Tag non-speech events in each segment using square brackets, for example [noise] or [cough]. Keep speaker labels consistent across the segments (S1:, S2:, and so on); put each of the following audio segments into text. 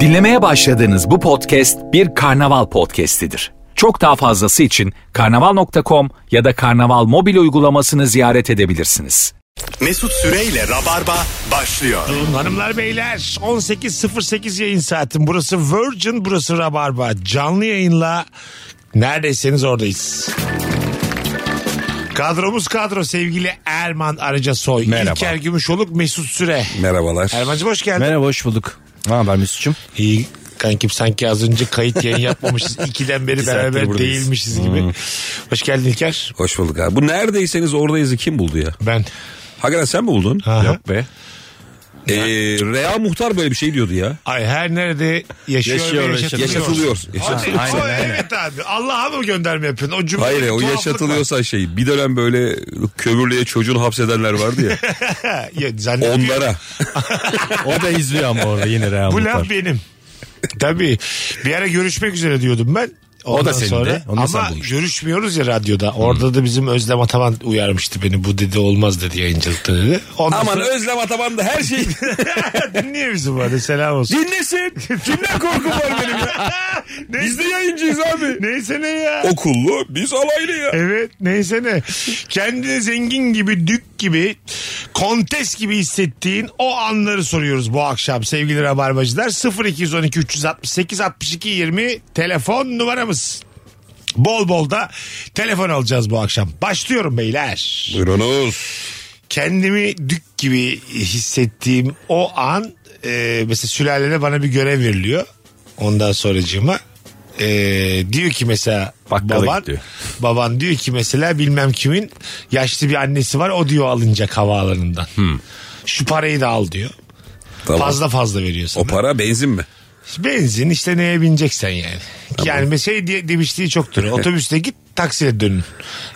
S1: Dinlemeye başladığınız bu podcast bir karnaval podcastidir. Çok daha fazlası için karnaval.com ya da karnaval mobil uygulamasını ziyaret edebilirsiniz.
S2: Mesut Süreyle Rabarba başlıyor.
S3: Hanımlar beyler 18.08 yayın saatim. Burası Virgin, burası Rabarba. Canlı yayınla neredeyseniz oradayız. Kadromuz kadro sevgili Erman Arıca Soy,
S4: Merhaba.
S3: İlker Gümüşoluk, Mesut Süre.
S4: Merhabalar.
S3: Erman'cığım hoş geldin.
S4: Merhaba hoş bulduk. Ne haber Mesut'cum?
S3: İyi kankim sanki az önce kayıt yayın
S4: [laughs]
S3: yapmamışız. İkiden beri
S4: İki saattir
S3: beraber
S4: buradayız. Hmm.
S3: değilmişiz gibi. Hoş geldin İlker.
S5: Hoş bulduk abi. Bu neredeyseniz oradayızı kim buldu ya?
S3: Ben.
S5: Hakikaten sen mi buldun?
S3: Aha.
S4: be.
S5: Ee, Rea Muhtar böyle bir şey diyordu ya.
S3: Ay her nerede yaşıyor,
S4: Yaşıyor,
S3: ve yaşatılıyor.
S5: Yaşatılıyor.
S3: Hadi,
S5: Yaşatılıyor.
S3: o evet abi. Allah'a mı gönderme yapıyorsun? O cümle
S5: Hayır o
S3: tuhaflık var.
S5: yaşatılıyorsa şey bir dönem böyle kömürlüğe çocuğunu hapsedenler vardı ya.
S3: [laughs] Ya zannediyorum.
S5: onlara.
S4: O da izliyor ama orada yine Real
S3: Bu
S4: Muhtar.
S3: laf benim. Tabii. Bir ara görüşmek üzere diyordum ben. Ondan
S4: da senin
S3: sonra,
S4: de. Onu da sen
S3: ama
S4: bulmuştun.
S3: görüşmüyoruz ya radyoda.
S5: Hmm.
S3: Orada da bizim Özlem Ataman uyarmıştı beni. Bu dedi olmaz dedi yayıncılıkta dedi. Ondan
S5: Aman
S3: sonra
S5: Özlem Ataman da her şey
S3: [laughs] dinliyor bizi bu arada selam olsun.
S5: dinlesin. Kimden korkum var benim ya?
S3: [laughs] Neyse-
S5: Biz de yayıncıyız abi.
S3: Neyse ne ya.
S5: Okullu biz alaylı ya.
S3: Evet neyse ne. Kendini zengin gibi, dük gibi, kontes gibi hissettiğin o anları soruyoruz bu akşam sevgili Rabarbacılar. 0212 368 62 20 telefon numaramız. Bol bol da telefon alacağız bu akşam. Başlıyorum beyler.
S5: Buyurunuz.
S3: Kendimi dük gibi hissettiğim o an e, mesela sülalede bana bir görev veriliyor. Ondan sonracığıma e, diyor ki mesela
S5: Bakkala
S3: baban,
S5: gidiyor.
S3: baban diyor ki mesela bilmem kimin yaşlı bir annesi var o diyor alınacak havaalanından. Şu parayı da al diyor.
S5: Hmm. Tamam.
S3: Fazla fazla veriyor sana.
S5: O para benzin mi?
S3: Benzin işte neye bineceksen yani. Yani mesela şey diye demişliği
S5: [laughs]
S3: çoktur. Otobüste git taksiye dönün. [laughs]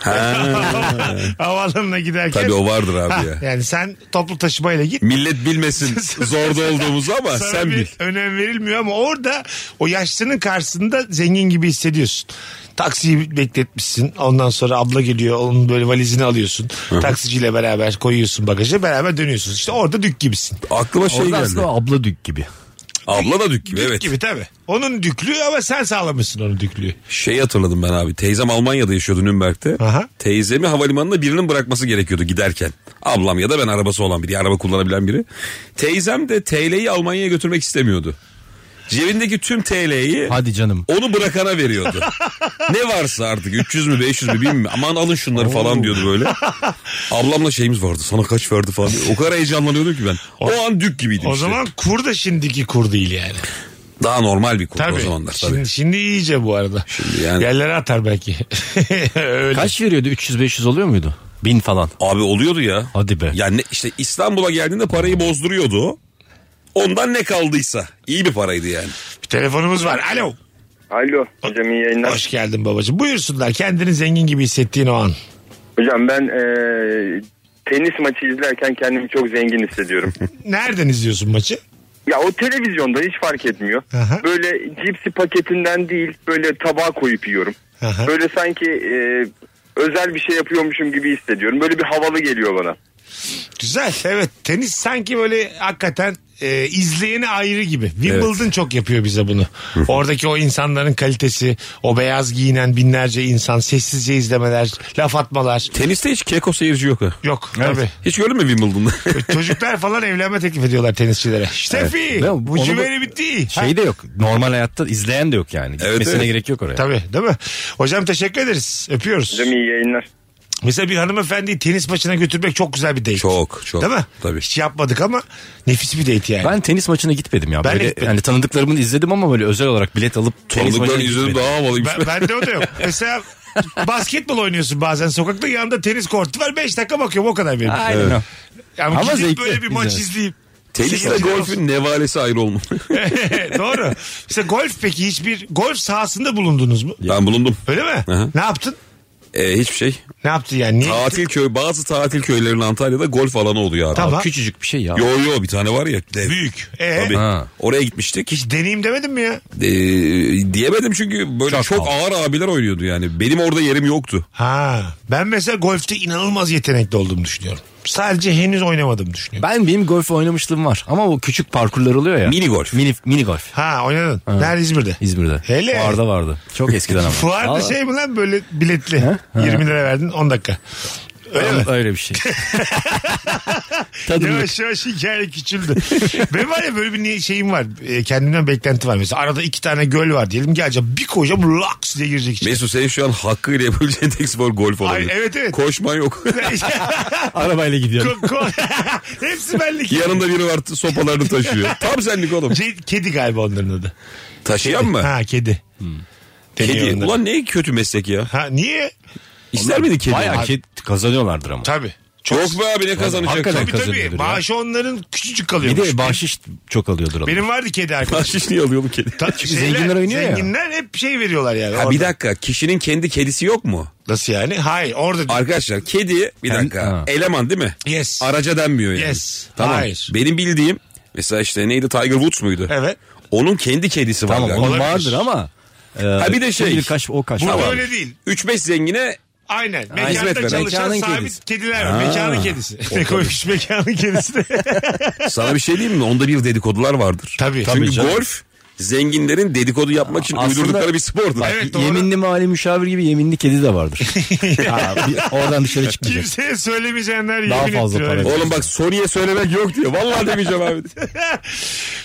S3: Havaalanına giderken.
S5: Tabii o vardır abi
S3: Ha,
S5: ya.
S3: Yani sen toplu taşımayla git.
S5: Millet bilmesin zorda olduğumuzu ama
S3: Sana
S5: sen
S3: bir
S5: bil.
S3: önem verilmiyor ama orada o yaşlının karşısında zengin gibi hissediyorsun. Taksiyi bekletmişsin. Ondan sonra abla geliyor. Onun böyle valizini alıyorsun. Taksiciyle beraber koyuyorsun bagaja. Beraber dönüyorsun. İşte orada dük gibisin.
S5: Aklıma şey
S4: Orada
S5: geldi.
S4: aslında abla dük gibi.
S5: Abla da dük gibi evet.
S3: Gibi tabii. Onun düklüğü ama sen sağlamışsın onun düklüğü.
S5: Şey hatırladım ben abi. Teyzem Almanya'da yaşıyordu Nürnberg'te.
S3: Aha.
S5: Teyzemi havalimanında birinin bırakması gerekiyordu giderken. Ablam ya da ben arabası olan biri, araba kullanabilen biri. Teyzem de TL'yi Almanya'ya götürmek istemiyordu. Cebindeki tüm TL'yi
S4: Hadi canım.
S5: onu
S3: [laughs]
S5: bırakana veriyordu. ne varsa artık 300 mü 500 mü bilmiyorum. Aman alın şunları falan diyordu böyle. Ablamla şeyimiz vardı sana kaç verdi falan. O kadar heyecanlanıyordum ki ben. O an dük gibiydim
S3: O
S5: işte.
S3: zaman kur da şimdiki kur değil yani.
S5: Daha normal bir kurdu
S3: Tabii.
S5: o zamanlar tabii.
S3: Şimdi, şimdi iyice bu arada.
S5: Şimdi yani-
S3: Yerlere atar belki. [laughs] Öyle.
S4: Kaç veriyordu? 300-500 oluyor muydu? Bin falan.
S5: Abi oluyordu ya.
S4: Hadi be.
S5: Yani işte İstanbul'a geldiğinde parayı bozduruyordu. o. Ondan ne kaldıysa. iyi bir paraydı yani.
S3: Bir telefonumuz var. Alo.
S6: Alo hocam iyi yayınlar.
S3: Hoş geldin babacığım. Buyursunlar kendini zengin gibi hissettiğin o an.
S6: Hocam ben eee, tenis maçı izlerken kendimi çok
S3: [laughs]
S6: zengin hissediyorum.
S3: Nereden izliyorsun maçı?
S6: ya o televizyonda hiç fark etmiyor.
S3: Aha.
S6: Böyle cipsi paketinden değil böyle tabağa koyup yiyorum.
S3: Aha.
S6: Böyle sanki eee, özel bir şey yapıyormuşum gibi hissediyorum. Böyle bir havalı geliyor bana.
S3: Güzel. Evet tenis sanki böyle hakikaten e, izleyeni ayrı gibi. Wimbledon çok yapıyor bize bunu. Oradaki o insanların kalitesi, o beyaz giyinen binlerce insan, sessizce izlemeler, laf atmalar.
S5: Teniste hiç keko seyirci yok ha.
S3: Yok tabii.
S5: Hiç gördün mü [laughs] Wimbledon'da?
S3: Çocuklar falan evlenme teklif ediyorlar tenisçilere. Steffi
S4: Ve onu
S3: bu
S4: da-
S3: cümle bitti. Ha,
S4: Şey de yok. Normal hayatta izleyen de yok yani. Gitmesine
S5: evet.
S4: gerek yok oraya.
S3: Tabii değil mi? Hocam teşekkür ederiz. Öpüyoruz.
S6: Hocam iyi yayınlar.
S3: Mesela bir hanımefendiyi tenis maçına götürmek çok güzel bir date.
S5: Çok, çok.
S3: Değil mi?
S5: Tabii.
S3: Hiç yapmadık ama nefis bir date yani.
S4: Ben tenis maçına gitmedim ya.
S3: Ben de
S4: böyle
S3: gitmedim.
S4: yani tanıdıklarımın izledim ama böyle özel olarak bilet alıp tenis
S5: Tanıdıkların
S4: maçına
S5: yüzünü
S4: gitmedim.
S5: daha havalıymış.
S3: Ben, bende o da yok. Mesela basketbol oynuyorsun bazen sokakta yanında tenis kortu var 5 dakika bakıyorum o kadar benim.
S4: Aynen o.
S3: Yani
S4: Ama
S3: gidip
S4: zevkli
S3: böyle bir maç
S4: izlemesi.
S3: izleyeyim.
S5: Tenisle
S3: Seyirci olsun.
S5: golfün nevalesi ayrı olmalı.
S3: [laughs] Doğru. İşte golf peki hiçbir golf sahasında bulundunuz mu?
S5: [laughs] ben bulundum.
S3: Öyle mi?
S5: Aha.
S3: Ne yaptın?
S5: Ee, hiçbir şey.
S3: Ne yaptın yani? Niye?
S5: Tatil köy, bazı tatil köylerinin Antalya'da golf alanı oluyor abi.
S3: Tamam.
S4: Aa, Küçücük bir şey ya.
S5: Yo yo bir tane var ya. Dev.
S3: Büyük. Ee?
S5: Tabii.
S4: Ha.
S5: Oraya gitmiştik. Hiç
S3: Hiç deneyim demedin mi ya?
S5: e, diyemedim çünkü böyle
S4: Çok
S5: çok,
S4: pahalı.
S5: ağır abiler oynuyordu yani. Benim orada yerim yoktu.
S3: Ha. Ben mesela golfte inanılmaz yetenekli olduğumu düşünüyorum. Sadece henüz oynamadım düşünüyorum.
S4: Ben benim golf oynamışlığım var. Ama o küçük parkurlar oluyor ya.
S5: Mini golf.
S4: Mini, mini golf.
S3: Ha oynadın. Nerede İzmir'de?
S4: İzmir'de.
S3: Hele.
S4: Fuarda vardı. Çok eskiden ama.
S3: Fuarda
S4: Vallahi-
S3: şey mi lan böyle biletli? 20 lira verdin 10 dakika. [laughs] Öyle mi?
S4: Öyle bir
S3: [laughs]
S4: şey. Tadımlık.
S3: Yavaş yavaş hikaye küçüldü. [laughs] Benim var ya böyle bir ni- şeyim var. E, kendimden beklenti var. Mesela arada iki tane göl var diyelim. Geleceğim bir koyacağım laks diye girecek içine.
S5: Mesut senin şu an hakkıyla yapabileceğin tek spor golf olabilir.
S3: Ay, evet, evet.
S5: Koşman yok. [laughs]
S4: Arabayla gidiyorum.
S3: [laughs] Ko- ko- [laughs] Hepsi benlik.
S5: Yanında biri var sopalarını taşıyor. Tam senlik oğlum.
S3: C- kedi galiba onların adı.
S5: Taşıyan mı?
S3: şey- Ha şey kedi. Deniyor
S5: Kedi.
S3: onlara.
S5: Ulan ne kötü meslek ya.
S3: Ha niye?
S5: İster miydi kedi?
S4: Bayağı ked- kazanıyorlardır ama.
S3: Tabii.
S5: Yok be abi ne kazanacak?
S4: Hakikaten
S5: [laughs]
S3: Tabii tabii.
S4: kazanıyordur ya.
S3: Maaşı onların küçücük
S4: Bir
S3: kalıyormuş.
S4: de bahşiş çok alıyordur. adam.
S3: Benim vardı kedi
S5: [laughs]
S3: arkadaş.
S5: Bahşiş niye alıyor oğlum kedi?
S3: Ta-
S4: zenginler oynuyor ya.
S3: Zenginler hep şey veriyorlar yani.
S5: Ha bir
S3: orada.
S5: dakika kişinin kendi kedisi yok mu?
S3: Nasıl yani? Hayır orada.
S5: Arkadaşlar kedi bir dakika
S4: Ha.
S5: eleman değil mi?
S3: Yes.
S5: Araca denmiyor yani.
S3: Yes.
S5: Tamam.
S3: Hayır.
S5: Benim bildiğim mesela işte neydi Tiger Woods muydu?
S3: [laughs] Evet.
S5: Onun kendi kedisi var
S4: Tamam
S5: galiba.
S4: onun
S3: Olabilir.
S4: vardır ama. e,
S5: Ha bir de şey.
S4: Birkaç, o kaç.
S3: Burada
S4: Tamam.
S3: öyle değil.
S5: 3-5 zengine
S3: Aynen.
S5: hizmet
S3: Mekanda
S5: veren.
S3: çalışan
S4: Mekanın
S3: sabit
S4: kedisi.
S3: kediler var. Mekanın kedisi. Ne [laughs] koymuş mekanın kedisi de.
S5: [laughs] sana bir şey diyeyim mi? Onda bir dedikodular vardır.
S3: Tabii.
S5: Çünkü
S3: Tabii canım.
S5: golf zenginlerin dedikodu yapmak için
S4: Aslında-
S5: uydurdukları bir spordur.
S4: Bak,
S3: Evet, [laughs] doğru.
S4: Yeminli mali müşavir gibi yeminli kedi de vardır.
S3: [laughs]
S4: Ha, bir- oradan dışarı çıkmayacak.
S3: Kimseye söylemeyeceğinler
S4: Daha
S3: yemin
S4: fazla
S3: ettiriyor.
S4: para.
S5: Oğlum bak Sony'e söylemek yok diyor. Vallahi demeyeceğim abi.
S3: [laughs]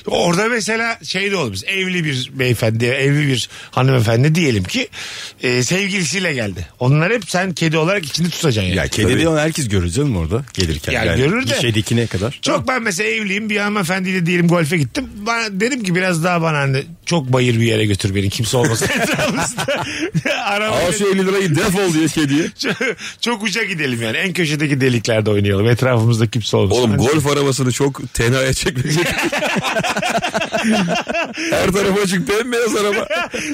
S3: Orada mesela şey de olmuş. Evli bir beyefendi, evli bir hanımefendi diyelim ki e, sevgilisiyle geldi. Onlar hep sen kedi olarak içinde tutacaksın yani.
S4: Ya kedi de onu herkes görür canım orada gelirken.
S3: Ya görür de.
S4: Şey dikine kadar.
S3: Çok ben mesela evliyim bir hanımefendiyle diyelim golfe gittim. Bana, dedim ki biraz daha bana hani çok bayır bir yere götür beni kimse
S4: [laughs]
S3: olmasın etrafımızda. [laughs] Arabayla-
S5: Al
S4: şey-
S5: şu 50 lirayı defol diye kediye.
S3: çok, çok uca gidelim yani. En köşedeki deliklerde oynayalım. Etrafımızda kimse olmasın.
S5: Oğlum
S3: Hani-
S5: golf arabasını çok
S3: [laughs]
S5: tenaya çekmeyecek. Her tarafı açık bembeyaz araba.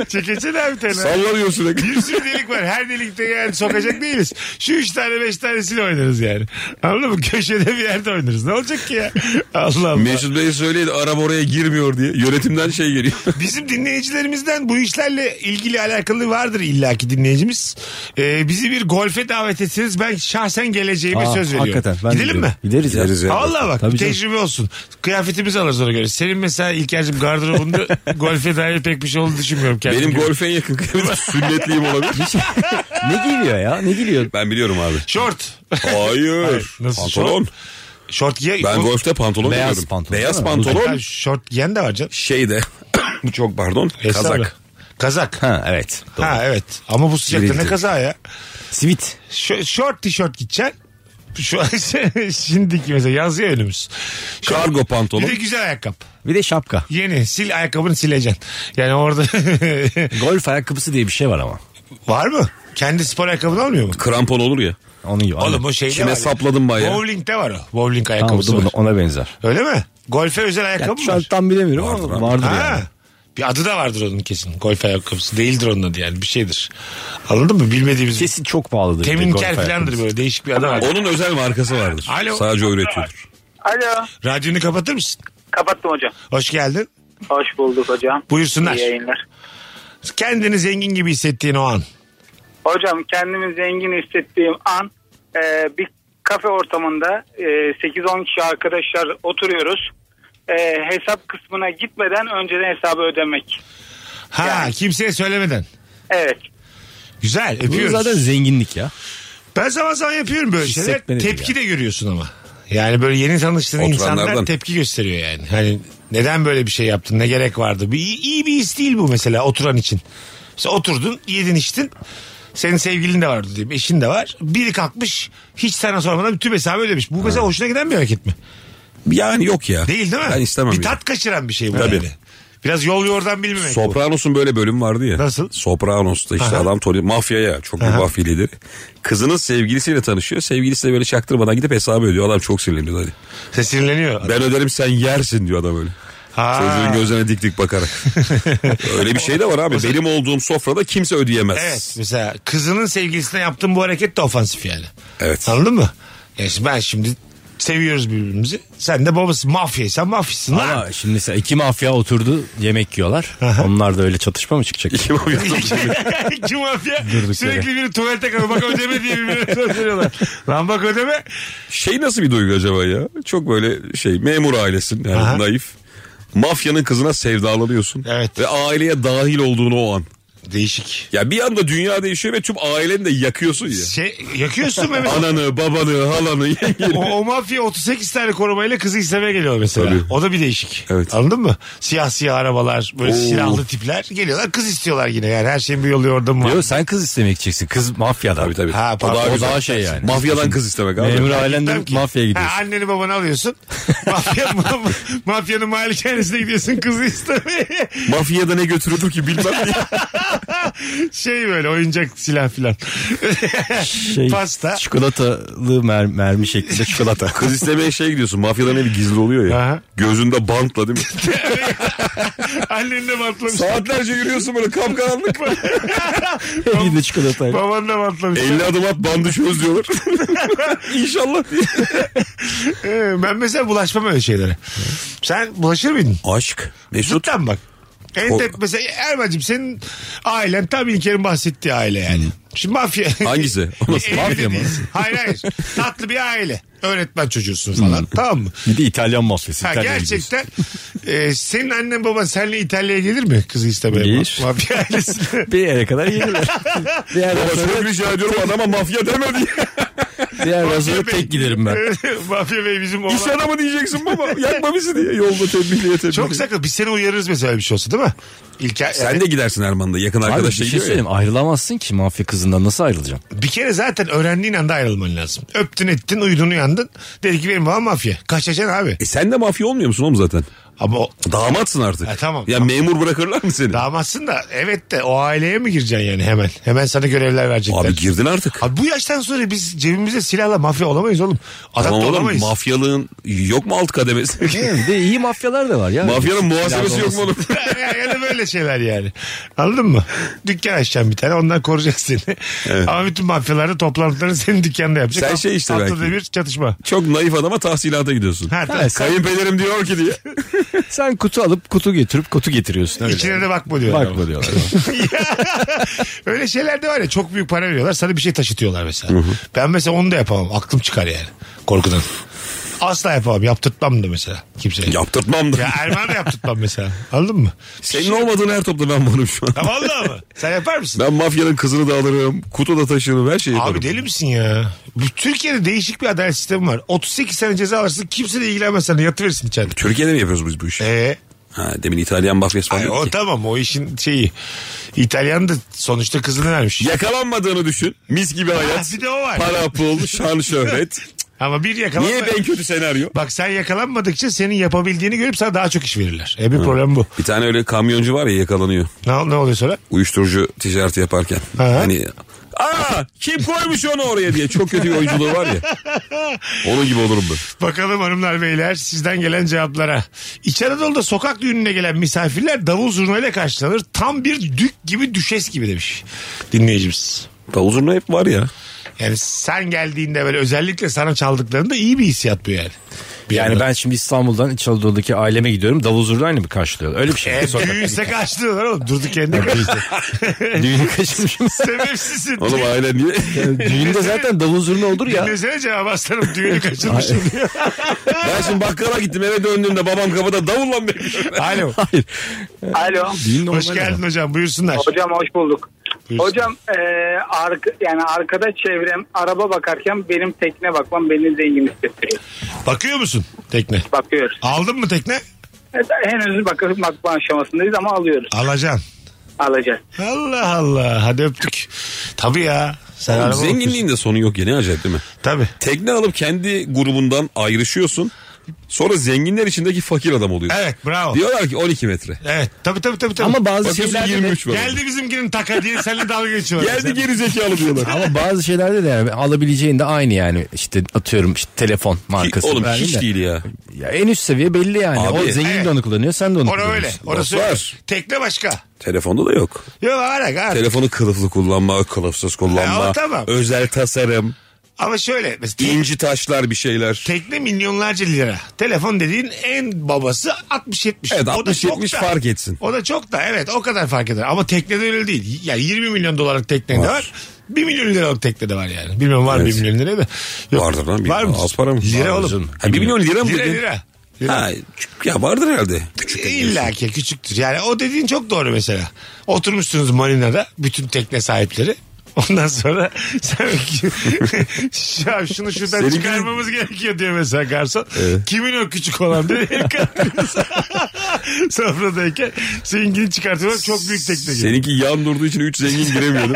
S3: Çekeceksin abi tena.
S5: Sallanıyor sürekli.
S3: Bir sürü delik var. Her delikte yani sokacak değiliz. Şu üç tane beş tanesiyle oynarız yani. Anladın mı? Köşede bir yerde oynarız. Ne olacak ki ya? Allah Allah.
S5: Mesut Bey söyledi araba oraya girmiyor diye. Yönetimden şey geliyor.
S3: Bizim dinleyicilerimizden bu işlerle ilgili alakalı vardır illaki dinleyicimiz. Ee, bizi bir golfe davet etseniz ben şahsen geleceğime
S4: Aa,
S3: söz veriyorum.
S4: Hakikaten. ben
S3: Gidelim
S4: gidiyorum.
S3: mi?
S4: Gideriz. ya.
S5: Gideriz ya.
S3: Allah bak
S4: Tabii
S3: bir
S4: canım.
S3: tecrübe olsun. Kıyafetimizi alırız ona göre. Senin mesela İlker'cim
S4: [laughs]
S3: gardırobunda golfe dair pek bir şey olduğunu düşünmüyorum. kendim
S5: Benim
S3: gibi.
S5: golfen yakın
S3: [laughs]
S5: kıyafet sünnetliyim olabilir.
S4: Ne geliyor ya? Ne geliyor?
S5: Ben biliyorum abi.
S3: Şort.
S5: Hayır.
S3: Hayır, nasıl
S5: pantolon.
S3: Şort giye.
S5: Ben
S3: Oğlum,
S5: golfte pantolon
S4: Beyaz
S5: giyiyorum.
S4: pantolon,
S5: Beyaz
S4: değil mi?
S5: pantolon
S3: ha, şort giyen de var canım.
S5: şeyde. [laughs] Çok pardon.
S3: Estağfurullah.
S5: Kazak.
S3: Kazak.
S4: Ha evet. Doğru.
S3: Ha evet. Ama bu sıcakta ne
S5: Biriktir.
S3: kaza ya?
S4: Sivit.
S3: Ş- şort tişört gideceksin. Şu an [laughs] şimdiki mesela yazıyor önümüz. Şort-
S5: Kargo pantolon.
S3: Bir de güzel ayakkabı.
S4: Bir de şapka.
S3: Yeni sil ayakkabını sileceksin. Yani orada [laughs]
S4: Golf ayakkabısı diye bir şey var ama.
S3: var mı? Kendi spor ayakkabını almıyor mu?
S5: Krampon olur ya.
S4: Onun gibi.
S3: Oğlum o
S4: Aynen.
S3: şeyde
S5: Kime
S3: var.
S5: sapladın bayağı?
S3: Bowling'de var o. Bowling
S4: Ha, o da
S3: ayakkabısı
S4: buna-
S3: var.
S4: ona benzer.
S3: Öyle mi? Golfe özel ayakkabı mı
S4: Şu an
S3: var?
S4: tam bilemiyorum
S5: Vardır abi.
S4: ama vardır
S3: Ha.
S4: yani.
S3: Bir adı da vardır onun kesin. Golf ayakkabısı. Değildir onun adı yani. Bir şeydir. Anladın mı? Bilmediğimiz.
S4: Kesin çok pahalıdır. bir de golf
S3: Teminker
S4: ayakkabısı.
S3: filandır böyle. Değişik bir adı var.
S5: Onun özel markası vardır.
S3: Alo.
S5: Sadece o üretiyordur.
S7: Alo.
S3: Radyonu kapatır mısın?
S7: Kapattım hocam.
S3: Hoş geldin.
S7: Hoş bulduk hocam.
S3: Buyursunlar.
S7: İyi yayınlar.
S3: Kendini zengin gibi hissettiğin o an.
S7: Hocam kendimi zengin hissettiğim an e, bir kafe ortamında e, 8-10 kişi arkadaşlar oturuyoruz. E, hesap kısmına gitmeden önceden hesabı ödemek.
S3: Ha
S7: Yani.
S3: kimseye söylemeden.
S7: Evet.
S3: Güzel
S4: Bu
S3: öpüyoruz.
S4: zaten zenginlik ya.
S3: Ben zaman zaman yapıyorum böyle şeyler.
S4: Hissetmeni değil
S3: Tepki de görüyorsun ama. Yani böyle yeni tanıştığın
S5: Oturanlardan.
S3: insanlar tepki gösteriyor yani. Hani neden böyle bir şey yaptın ne gerek vardı. Bir, iyi, iyi bir his değil bu mesela oturan için. Mesela oturdun yedin içtin. Senin sevgilin de vardı diyeyim eşin de var. Biri kalkmış hiç sana sormadan tüm hesabı ödemiş. Bu mesela hoşuna giden bir hareket mi?
S5: Yani yok ya.
S3: Değil değil mi?
S5: Ben istemem.
S3: Bir
S5: ya.
S3: tat kaçıran bir şey bu
S5: Tabii.
S3: yani. Biraz yol yordan bilmemek. bu.
S5: Sopranos'un böyle bölüm vardı ya.
S3: Nasıl?
S5: Sopranos'ta işte
S3: Aha.
S5: adam Tony mafyaya çok büyük mafya lideri. Kızının sevgilisiyle tanışıyor. Sevgilisi de böyle çaktırmadan gidip hesabı ödüyor. Adam çok sinirleniyor hadi.
S3: Sesinleniyor.
S5: Ben öderim sen yersin diyor adam öyle.
S3: Ha.
S5: Çocuğun gözüne dik dik bakarak.
S3: [laughs]
S5: öyle bir şey de var abi. Benim olduğum sofrada kimse ödeyemez.
S3: Evet mesela kızının sevgilisine yaptığım bu hareket de ofansif yani.
S5: Evet.
S3: Anladın mı? Yani şimdi ben şimdi Seviyoruz birbirimizi. Sen de babası mafya. Sen mafyasın [laughs] lan.
S4: Ama şimdi mesela iki mafya oturdu yemek yiyorlar. Onlar da öyle çatışma mı çıkacak? [laughs]
S5: Kim
S3: [laughs]
S5: o ya?
S3: İki mafya
S4: Durduk
S3: sürekli biri tuvalete kalıyor. Bak ödeme diye birbirine [laughs] söylüyorlar. Lan bak ödeme.
S5: Şey nasıl bir duygu acaba ya? Çok böyle şey memur ailesin yani
S3: Aha.
S5: naif. Mafyanın kızına sevdalanıyorsun.
S3: Evet.
S5: Ve aileye dahil olduğunu o an.
S3: Değişik.
S5: Ya bir anda dünya değişiyor ve tüm aileni de yakıyorsun ya.
S3: Şey, yakıyorsun Mehmet.
S5: Ananı, babanı, halanı,
S3: O,
S5: yengeni.
S3: o mafya 38 tane korumayla kızı istemeye geliyor mesela.
S5: Tabii.
S3: O da bir değişik.
S5: Evet.
S3: Anladın mı? Siyah siyah arabalar, böyle
S5: Oo.
S3: silahlı tipler geliyorlar. Kız istiyorlar yine yani. Her şeyin bir yolu yordam var.
S4: Yok sen kız istemeye gideceksin. Kız mafyada.
S5: Tabii tabii.
S3: Ha,
S5: o daha,
S3: pardon.
S4: O
S5: güzel.
S4: daha şey yani.
S5: Mafyadan kız istemek abi.
S4: Memur
S3: Tabii
S4: ailen de
S3: ki.
S4: mafyaya gidiyorsun.
S3: Ha, anneni babanı
S5: [laughs]
S3: alıyorsun. Mafya, ma- mafyanın malikanesine gidiyorsun kızı istemeye. [laughs]
S5: Mafyada ne götürürdü ki bilmem diye.
S3: şey böyle oyuncak silah filan. [laughs]
S4: Şey,
S3: Pasta.
S4: Çikolatalı mer-
S5: [laughs]
S4: mermi şeklinde
S5: [laughs]
S4: çikolata.
S5: Kız istemeye şey gidiyorsun. Mafyadan evi gizli oluyor ya.
S3: Aha.
S5: Gözünde bantla değil mi?
S3: Annen de bantlamış.
S5: [laughs] Saatlerce yürüyorsun böyle kapkaranlık. [laughs]
S4: [laughs] Bir de çikolatayla.
S3: Baban da bantlamış.
S5: 50 adım at bandı çöz diyorlar. İnşallah.
S3: Ee, ben mesela bulaşmam öyle şeylere. Sen bulaşır mıydın?
S5: Aşk. Mesut.
S3: Cidden bak. En
S5: O-
S3: tep mesela Erman'cığım senin ailen tam İlker'in bahsettiği aile yani. Şimdi mafya.
S5: Hangisi? O nasıl?
S3: [laughs] Evli de
S4: Mafya mı?
S3: değilsin. Hayır hayır. Tatlı bir aile. Öğretmen çocuğusun falan. Tamam mı?
S4: Bir de İtalyan mafyası.
S3: Ha,
S4: İtalya'ya
S3: gerçekten e, senin annen baban senle İtalya'ya gelir mi kızı istemeye?
S4: Gelir.
S3: Mafya
S4: [laughs]
S3: ailesine.
S4: gidiyorsun. Bir yere
S5: [laughs]
S4: kadar gelirler. bir yerden
S5: Baba
S4: sonra,
S5: çok rica ediyorum adama mafya deme diye.
S4: bir yerden sonra tek giderim ben.
S3: [laughs] mafya bey bizim oğlan.
S5: İş adamı diyeceksin baba. Yakma bizi diye. Yolda tembihliye tembihliye.
S3: Çok sakın. Biz seni uyarırız mesela bir şey olsa değil mi? İlker,
S5: Sen de gidersin Erman'da. Yakın
S4: Abi bir
S5: arkadaşla
S4: şey
S5: gidiyor ya.
S4: söyleyeyim ayrılamazsın ki mafya kızından nasıl ayrılacaksın?
S3: Bir kere zaten öğrendiğin anda ayrılman lazım. Öptün ettin uyudun uyandın. Dedi ki benim babam mafya. Kaçacaksın abi.
S5: E sen de mafya olmuyor musun oğlum zaten?
S3: Ama o,
S5: Damatsın artık.
S3: Ha, E, tamam,
S5: Ya
S3: tamam.
S5: memur bırakırlar mı seni?
S3: Damatsın da evet de o aileye mi gireceksin yani hemen? Hemen sana görevler verecekler.
S5: Abi girdin artık.
S3: Abi bu yaştan sonra biz cebimizde silahla mafya olamayız oğlum. Adapte
S5: Tamam oğlum
S3: olamayız.
S5: mafyalığın yok mu alt kademesi?
S4: Bir de iyi mafyalar da var
S5: [laughs]
S4: ya.
S5: Mafyanın muhasebesi yok mu oğlum?
S3: [laughs] ya, ya da böyle şeyler yani. Anladın mı? Dükkan açacaksın bir tane ondan koruyacak seni. Ama bütün mafyalarda toplantılarını senin dükkanda yapacak.
S5: Sen şey işte
S3: Haftada
S5: belki.
S3: bir çatışma.
S5: Çok naif adama tahsilata gidiyorsun.
S3: Ha, tamam.
S4: Evet, sen,
S5: Kayınpederim diyor
S3: [laughs]
S5: ki diye.
S4: sen kutu alıp kutu getirip kutu getiriyorsun öyle.
S3: İçine de bakma diyorlar.
S4: Bakma diyorlar.
S3: Öyle şeyler de var ya çok büyük para veriyorlar sana bir şey taşıtıyorlar mesela. Ben mesela onu da yapamam aklım çıkar yani korkudan. Asla yapamam yaptırtmam da mesela kimseye.
S5: Yaptırtmam da.
S3: Ya Erman da yaptırtmam mesela anladın mı?
S5: Senin olmadığın her topta ben varım şu an.
S3: Ya vallahi mı? Sen yapar mısın?
S5: Ben mafyanın kızını da alırım. Kutu da taşırım. Her şeyi yaparım.
S3: Abi deli misin ya? Bu Türkiye'de değişik bir adalet sistemi var. 38 sene ceza alırsın kimse de ilgilenmez sana yatıverirsin içeride.
S5: Türkiye'de mi yapıyoruz biz bu işi?
S3: Ee,
S5: Ha, demin İtalyan mafyası falan
S3: ay,
S5: yok
S3: o
S5: ki.
S3: tamam o işin şeyi. İtalyan da sonuçta kızını vermiş.
S5: Yakalanmadığını düşün. Mis gibi
S3: Ha,
S5: hayat.
S3: bir de o var.
S5: Para, pul, şan, şöhret.
S3: [laughs] Ama bir yakalanma.
S5: Niye ben kötü senaryo?
S3: Bak sen yakalanmadıkça senin yapabildiğini görüp sana daha çok iş verirler. E bir problem bu.
S5: Bir tane öyle kamyoncu var ya yakalanıyor.
S3: Ne, ne oluyor sonra?
S5: Uyuşturucu ticareti yaparken.
S3: Ha.
S5: Hani Aa kim koymuş onu oraya diye çok kötü bir oyunculuğu var ya. Onun gibi olurum ben.
S3: Bakalım hanımlar beyler sizden gelen cevaplara. İç Anadolu'da sokak düğününe gelen misafirler davul zurnayla karşılanır. Tam bir dük gibi düşes gibi demiş dinleyicimiz.
S5: Davul zurna hep var ya.
S3: Yani sen geldiğinde böyle özellikle sana çaldıklarında iyi bir hissiyat bu yani. Bir
S4: Yani
S3: yandan.
S4: ben şimdi İstanbul'dan İç Anadolu'daki aileme gidiyorum. Davul zurnayla mı karşılıyorlar? Öyle bir şey.
S3: E,
S4: mi? Sonra-
S3: düğünse kaçtırıyorlar oğlum. Durduk yerine kaçtı. [laughs]
S4: Düğünü kaçırmışım.
S3: Sebepsizsin.
S5: Oğlum
S3: [laughs]
S5: ailen niye?
S4: Düğünde zaten davul zurna olur ya.
S3: Dinlesene cevap aslanım düğünü kaçırmışım diye.
S5: ben şimdi bakkala gittim eve döndüğümde babam kapıda davulla mı bekliyor?
S3: Alo.
S7: Alo.
S4: Düğün normal
S3: Hoş geldin
S4: ama.
S3: hocam buyursunlar.
S7: Hocam hoş bulduk.
S3: Buyursun.
S7: Hocam e, arka, yani arkada çevrem araba bakarken benim tekne bakmam beni zengin hissettiriyor.
S3: Bakıyor musun tekne?
S7: Bakıyoruz.
S3: Aldın mı tekne?
S7: E, henüz bakıp bakma aşamasındayız ama alıyoruz.
S3: Alacaksın.
S7: Alacağız.
S3: Allah Allah. Hadi öptük. Tabii ya. Sen
S5: Oğlum
S3: araba
S5: Zenginliğin de sonu yok ya ne acayip değil mi?
S3: bakıyorsun. Tabii.
S5: Tekne alıp kendi grubundan ayrışıyorsun. Sonra zenginler içindeki fakir adam oluyor.
S3: Evet bravo.
S5: Diyorlar ki 12 metre.
S3: Evet tabii tabii tabii. tabii.
S4: Ama bazı
S5: Bakıyorsun
S4: şeylerde de-
S5: 23 var.
S3: Geldi bizimkinin taka
S5: [laughs]
S3: diye seninle dalga geçiyorlar.
S5: Geldi
S3: Sen-
S5: geri zekalı diyorlar.
S4: [laughs] Ama bazı şeylerde de yani alabileceğin de aynı yani. İşte atıyorum işte telefon markası.
S5: Oğlum
S4: verdim
S5: hiç
S4: de.
S5: değil ya.
S4: Ya en üst seviye belli yani.
S5: Abi,
S4: o zengin
S3: evet.
S4: de onu kullanıyor sen de onu
S3: Orası
S4: kullanıyorsun.
S3: öyle. Orası
S5: Dostlar.
S3: öyle. Tekne başka.
S5: Telefonda da yok.
S3: Yok ara ara.
S5: Telefonu kılıflı kullanma, kılıfsız kullanma.
S3: Ha, o tamam.
S5: Özel tasarım.
S3: Ama şöyle mesela
S5: İnci taşlar bir şeyler.
S3: tekne milyonlarca lira. Telefon dediğin en babası 60-70.
S5: Evet,
S3: O da çok
S5: 60-70
S3: da-
S5: fark etsin.
S3: O da çok da evet o kadar fark eder. Ama teknede öyle değil. Yani 20 milyon dolarlık tekne de
S5: Var.
S3: var. 1 milyon liralık tekne de var yani. Bilmiyorum var mı
S5: Evet.
S3: 1 milyon lira da.
S5: Vardır lan. Bir,
S3: Var mı?
S5: Az para mı?
S3: Lira
S5: Var
S3: oğlum.
S5: canım. Ha, bir milyon lira mı
S3: Lira
S5: dedin?
S3: lira.
S5: Ha, küçük- ya vardır herhalde. Küçük.
S3: İlla E, ki küçüktür. Yani o dediğin çok doğru mesela. Oturmuşsunuz marinada bütün tekne sahipleri. [laughs] Ondan sonra sen [laughs] şu an şunu şuradan
S5: Senin
S3: çıkarmamız gerekiyor diyor mesela garson. Kimin o küçük olan diye yakalıyorsun. Sofradayken seninkini çıkartıyorlar çok büyük tekne geliyor.
S5: Seninki yan durduğu için 3 zengin
S4: [laughs]
S5: giremiyordu.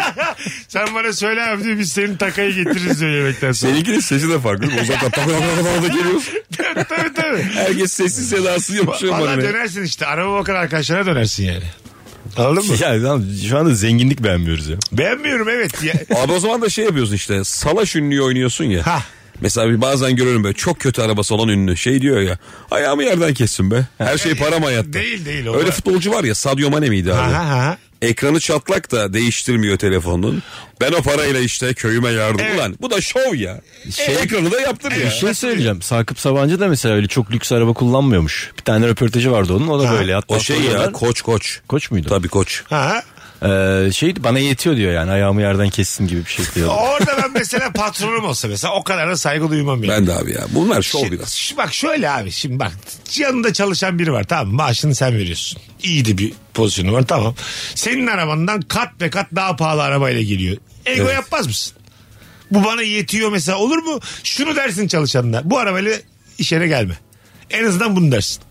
S3: Sen bana söyle abi diyor biz senin takayı getiririz diyor yemekten sonra.
S5: Seninkinin sesi de
S4: [laughs]
S5: farklı. değil mi? Uzaktan tak tak tak tak da geliyor.
S3: [laughs] tabii tabii.
S5: Herkes sessiz sedasız yapışıyor
S3: Valla
S5: bana. ne?
S3: dönersin işte araba bakan arkadaşlara dönersin yani. Anladın mı?
S4: Ya lan şu anda zenginlik beğenmiyoruz ya.
S3: Beğenmiyorum evet. Ya.
S5: Abi o zaman da şey yapıyorsun işte. Salaş ünlüyü oynuyorsun ya.
S3: Hah.
S5: Mesela bir bazen görüyorum böyle çok kötü arabası olan ünlü. Şey diyor ya. Ayağımı yerden kessin be. Her şey param hayatta.
S3: Değil değil. O
S5: Öyle futbolcu var ya Sadio Mane miydi abi?
S3: Aha, aha.
S5: Ekranı çatlak da değiştirmiyor telefonun. Ben o parayla işte köyüme yardım.
S3: Evet.
S5: Ulan bu da şov ya.
S4: Şey-
S5: Ekranı da yaptır ya.
S4: Bir şey söyleyeceğim. Sakıp Sabancı da mesela öyle çok lüks araba kullanmıyormuş. Bir tane röportajı vardı onun. O da böyle. Hatta
S5: O şey ya
S4: soruyorlar.
S5: koç koç.
S4: Koç muydu?
S5: Tabii koç.
S3: Ha.
S4: Ee, şey bana yetiyor diyor yani. Ayağımı yerden kessin gibi bir şey
S5: [laughs]
S4: diyor.
S3: Orada ben mesela patronum olsa mesela o kadar da saygı duymam yani.
S5: Ben de abi ya. Bunlar şov
S3: Şimdi-
S5: biraz.
S3: Şu, bak şöyle abi şimdi bak yanında çalışan biri var tamam mı? maaşını sen veriyorsun. İyi de bir pozisyonu var tamam. Senin arabandan kat be kat daha pahalı arabayla geliyor. Ego
S5: Evet.
S3: yapmaz mısın? Bu bana yetiyor mesela olur mu? Şunu dersin çalışanına bu arabayla işine gelme. En azından bunu dersin.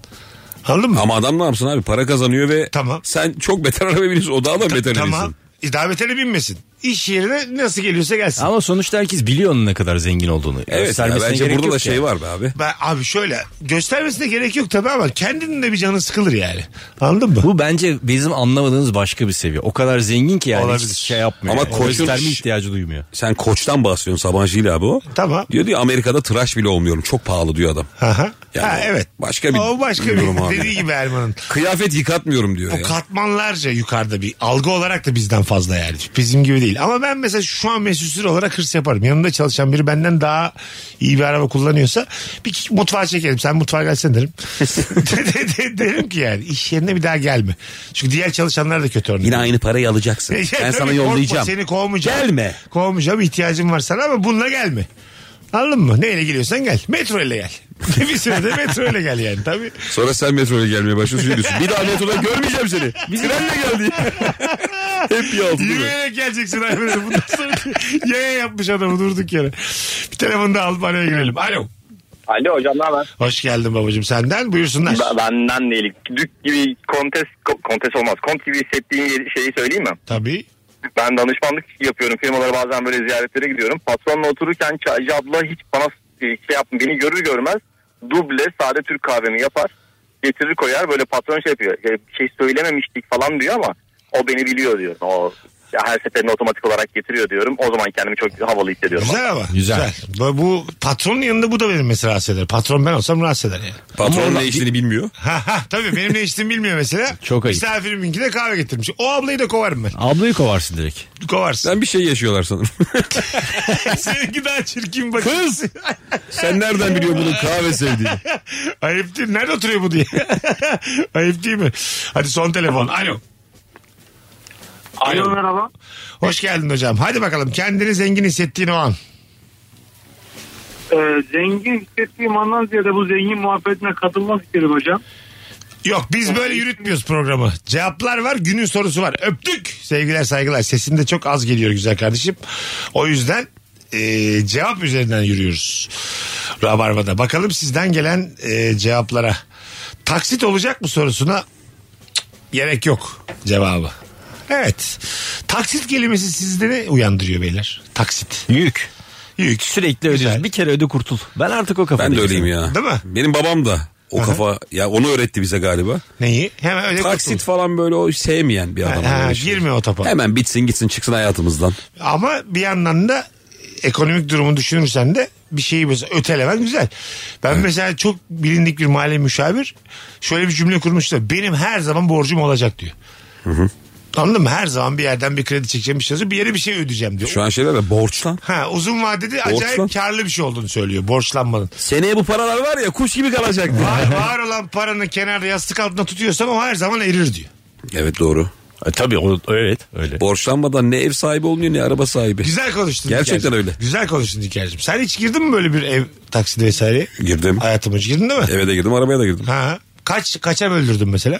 S3: Anladın mı?
S5: Ama adam ne yapsın abi? Para kazanıyor ve
S3: Tamam.
S5: sen çok beter araba biniyorsun. O daha da beter
S3: tamam.
S5: biniyorsun.
S3: İdavetele binmesin. İş yerine nasıl geliyorsa gelsin.
S4: Ama sonuçta herkes biliyor onun ne kadar zengin olduğunu.
S5: Evet ya,
S4: Servisine
S5: bence
S4: gerek
S5: burada da
S4: yok
S5: şey
S4: yani.
S5: var be abi.
S3: Ben, abi şöyle göstermesine gerek yok tabii ama kendinin de bir canı sıkılır yani. Anladın mı?
S4: Bu bence bizim anlamadığımız başka bir seviye. O kadar zengin ki yani
S3: Olabilir.
S4: hiç şey yapmıyor.
S5: Ama
S4: Ama
S5: koçun-
S4: gösterme ihtiyacı duymuyor.
S5: Sen koçtan bahsediyorsun Sabancı ile abi o.
S3: Tamam.
S5: Diyor diyor Amerika'da tıraş bile olmuyorum. Çok pahalı diyor adam.
S3: Aha.
S5: Yani
S3: ha,
S5: o
S3: evet.
S5: başka bir
S3: o başka bir [laughs]
S5: durum abi.
S3: dediği gibi
S5: [laughs]
S3: Erman'ın.
S5: Kıyafet yıkatmıyorum diyor
S3: O
S5: ya.
S3: katmanlarca yukarıda bir algı olarak da bizden fazla yani. Bizim gibi değil. Ama ben mesela şu an Mesut Süre olarak hırs yaparım. Yanında çalışan biri benden daha iyi bir araba kullanıyorsa bir ki- mutfağa çekerim. Sen mutfağa gelsene
S5: [laughs]
S3: derim. [laughs] De- de- de- derim ki yani iş yerine bir daha gelme. Çünkü diğer çalışanlar da kötü örnek.
S5: Yine aynı parayı
S3: [laughs]
S5: alacaksın.
S3: Ya
S5: ben
S3: tabii
S5: sana
S3: korkma,
S5: yollayacağım.
S3: seni kovmayacağım.
S5: Gelme.
S3: Kovmayacağım ihtiyacım var sana ama bununla gelme. Anladın mı? Neyle geliyorsan gel. Metro ile gel. [laughs] bir süre de metro ile gel yani tabii.
S5: Sonra sen metroya gelmeye başlıyorsun. Şey diyorsun, bir daha metroda görmeyeceğim seni.
S3: [laughs]
S5: Trenle geldi. Hep bir altında.
S3: Yürüyerek geleceksin hayvanı. Bundan sonra [laughs] yaya yapmış adamı durduk yere. Bir telefonu da alıp araya girelim. Alo.
S6: Alo hocam ne haber?
S3: Hoş geldin babacığım senden. Buyursunlar.
S6: Ben- Benden değil. Dük gibi kontes, ko- kontes olmaz. Kont gibi hissettiğim yeri- şeyi söyleyeyim mi?
S3: Tabii.
S6: Ben danışmanlık yapıyorum. Firmalara bazen böyle ziyaretlere gidiyorum. Patronla otururken çaycı abla hiç bana e, şey yapmıyor. Beni görür görmez duble sade Türk kahvemi yapar. Getirir koyar böyle patron şey yapıyor. "E, Bir şey söylememiştik falan diyor ama o beni biliyor diyor. O ya her seferinde otomatik olarak getiriyor diyorum. O zaman kendimi çok havalı hissediyorum.
S3: Güzel ama.
S4: Güzel.
S3: Bu, bu patronun yanında bu da benim mesela rahatsız eder. Patron ben olsam rahatsız eder yani.
S5: Patron ne işini bilmiyor.
S3: Ha, ha, tabii benim ne içtiğimi bilmiyor
S5: [laughs]
S3: mesela.
S4: Çok ayıp.
S3: Misafiriminki de kahve getirmiş. O ablayı da kovarım ben.
S4: Ablayı kovarsın direkt.
S3: Kovarsın.
S5: Sen bir şey yaşıyorlar sanırım. [laughs]
S3: [laughs] Seninki daha çirkin bakıyor. Kız.
S5: Sen nereden biliyor bunun kahve sevdiğini?
S3: [laughs] Ayıp değil. Nerede oturuyor bu diye. [laughs] Ayıp değil mi? Hadi son telefon. Alo. Alo.
S7: merhaba.
S3: Hoş geldin hocam. Hadi bakalım kendini zengin hissettiğin o an.
S7: Ee, zengin hissettiğim andan ziyade bu zengin muhabbetine katılmak istedim hocam.
S3: Yok biz böyle yürütmüyoruz programı. Cevaplar var günün sorusu var. Öptük. Sevgiler saygılar. Sesin de çok az geliyor güzel kardeşim. O yüzden e, cevap üzerinden yürüyoruz. Rabarba'da. Bakalım sizden gelen e, cevaplara. Taksit olacak mı sorusuna cık, gerek yok cevabı. Evet. Taksit kelimesi sizde ne uyandırıyor beyler? Taksit.
S4: Yük.
S3: Yük.
S4: Sürekli ödüyorsun. Bir kere öde kurtul. Ben artık o kafadayım.
S5: Ben de öyleyim ya.
S3: Değil mi?
S5: Benim babam da o kafa ya onu öğretti bize galiba.
S3: Neyi? Hemen öyle
S5: Taksit falan böyle o sevmeyen bir adam.
S3: E, Ha,
S5: Öyle şey.
S3: girmiyor o topa.
S5: Hemen bitsin gitsin çıksın hayatımızdan.
S3: Ama bir yandan da ekonomik durumu düşünürsen de bir şeyi mesela ötelemen güzel. Ben mesela çok bilindik bir mali müşavir şöyle bir cümle kurmuştu. Benim her zaman borcum olacak diyor. Anladın mı? Her zaman bir yerden bir kredi çekeceğim bir şey yazıyor. Bir yere bir şey ödeyeceğim diyor.
S5: Şu an şeyler de borç lan.
S3: Ha, uzun vadede
S5: Borçlan.
S3: acayip karlı bir şey olduğunu söylüyor borçlanmanın.
S5: Seneye bu paralar var ya kuş gibi kalacak.
S3: Var, var olan paranı kenarda yastık altında tutuyorsan o her zaman erir diyor.
S5: evet doğru.
S4: E, tabii o, evet öyle.
S5: Borçlanmadan ne ev sahibi olmuyor ne araba sahibi.
S3: Güzel konuştun.
S5: Gerçekten
S3: Diker'cim.
S5: öyle.
S3: Güzel konuştun Diker'cim. Sen hiç girdin mi böyle bir ev taksidi vesaire?
S5: Girdim.
S3: Hayatım önce girdin değil mi?
S5: Eve de girdim arabaya da
S4: [laughs]
S5: girdim.
S3: Ha. Kaç kaça böldürdün mesela?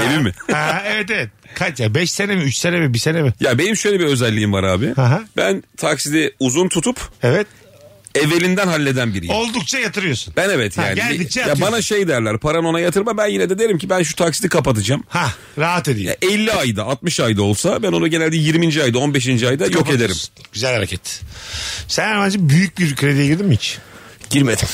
S5: Evi mi?
S3: Ha, evet evet. Kaç ya? 5 sene mi? 3 sene mi? 1 sene mi?
S5: Ya benim şöyle bir özelliğim var abi.
S3: Aha.
S5: Ben taksidi uzun tutup
S3: Evet.
S5: evvelinden halleden biriyim.
S3: Oldukça yatırıyorsun.
S5: Ben evet
S3: Ha,
S5: yani.
S3: geldikçe
S5: ya
S3: yatıyorsun.
S5: bana şey derler paran ona yatırma ben yine de derim ki ben şu taksidi kapatacağım.
S3: Ha, rahat edeyim.
S5: Ya 50 ayda 60 ayda olsa ben onu genelde 20. ayda 15. ayda yok ederim.
S3: Güzel hareket. Sen Erman'cığım büyük bir krediye girdin mi hiç?
S4: Girmedim.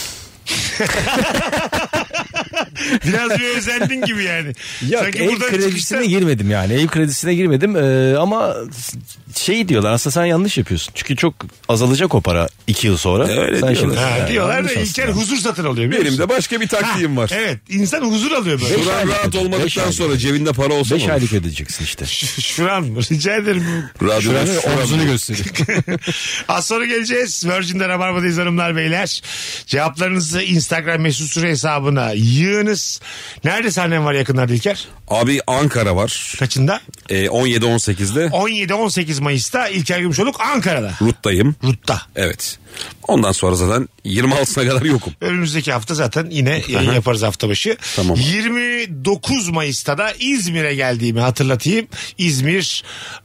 S3: Biraz bir özendin gibi
S5: [laughs]
S3: yani.
S4: [laughs] Yok
S3: Sanki
S4: ev
S3: buradan
S4: kredisine
S3: çıkışta-
S4: girmedim yani. Ev kredisine girmedim Ee, ama şey diyorlar aslında sen yanlış yapıyorsun. Çünkü çok azalacak o para 2 yıl sonra.
S5: E, öyle
S4: sen
S5: diyorlar.
S4: şimdi-
S3: Ha,
S4: Yani
S3: diyorlar da
S4: yanlış
S3: İlker
S4: aslında.
S3: huzur satın alıyor biliyor
S5: Benim
S3: musun?
S5: de başka [laughs] bir taktiğim var.
S3: Evet insan huzur alıyor böyle.
S5: Şuran
S4: aylık
S5: rahat
S4: ödeyecek, beş
S5: olmadıktan
S4: aylık.
S5: sonra cebinde para olsa
S4: Beş
S5: mı?
S4: aylık ödeyeceksin işte.
S3: Şuran mı? Rica ederim.
S5: Radyoda şuran-
S4: gösteriyor.
S3: Az sonra geleceğiz. Virgin'de Rabarba'dayız hanımlar beyler. Cevaplarınızı Instagram mesut süre hesabına yığınız. Nerede sahnem var yakınlarda İlker?
S5: Abi Ankara var.
S3: Kaçında?
S5: E, 17-18'de
S3: 17-18 Mayıs'ta İlker Gümüşoluk Ankara'da.
S5: Rut'tayım.
S3: Rut'ta.
S5: Evet. Ondan sonra zaten 26'sına kadar yokum.
S3: Önümüzdeki hafta zaten yine yayın yaparız hafta başı.
S5: Tamam.
S3: 29 Mayıs'ta da İzmir'e geldiğimi hatırlatayım. İzmir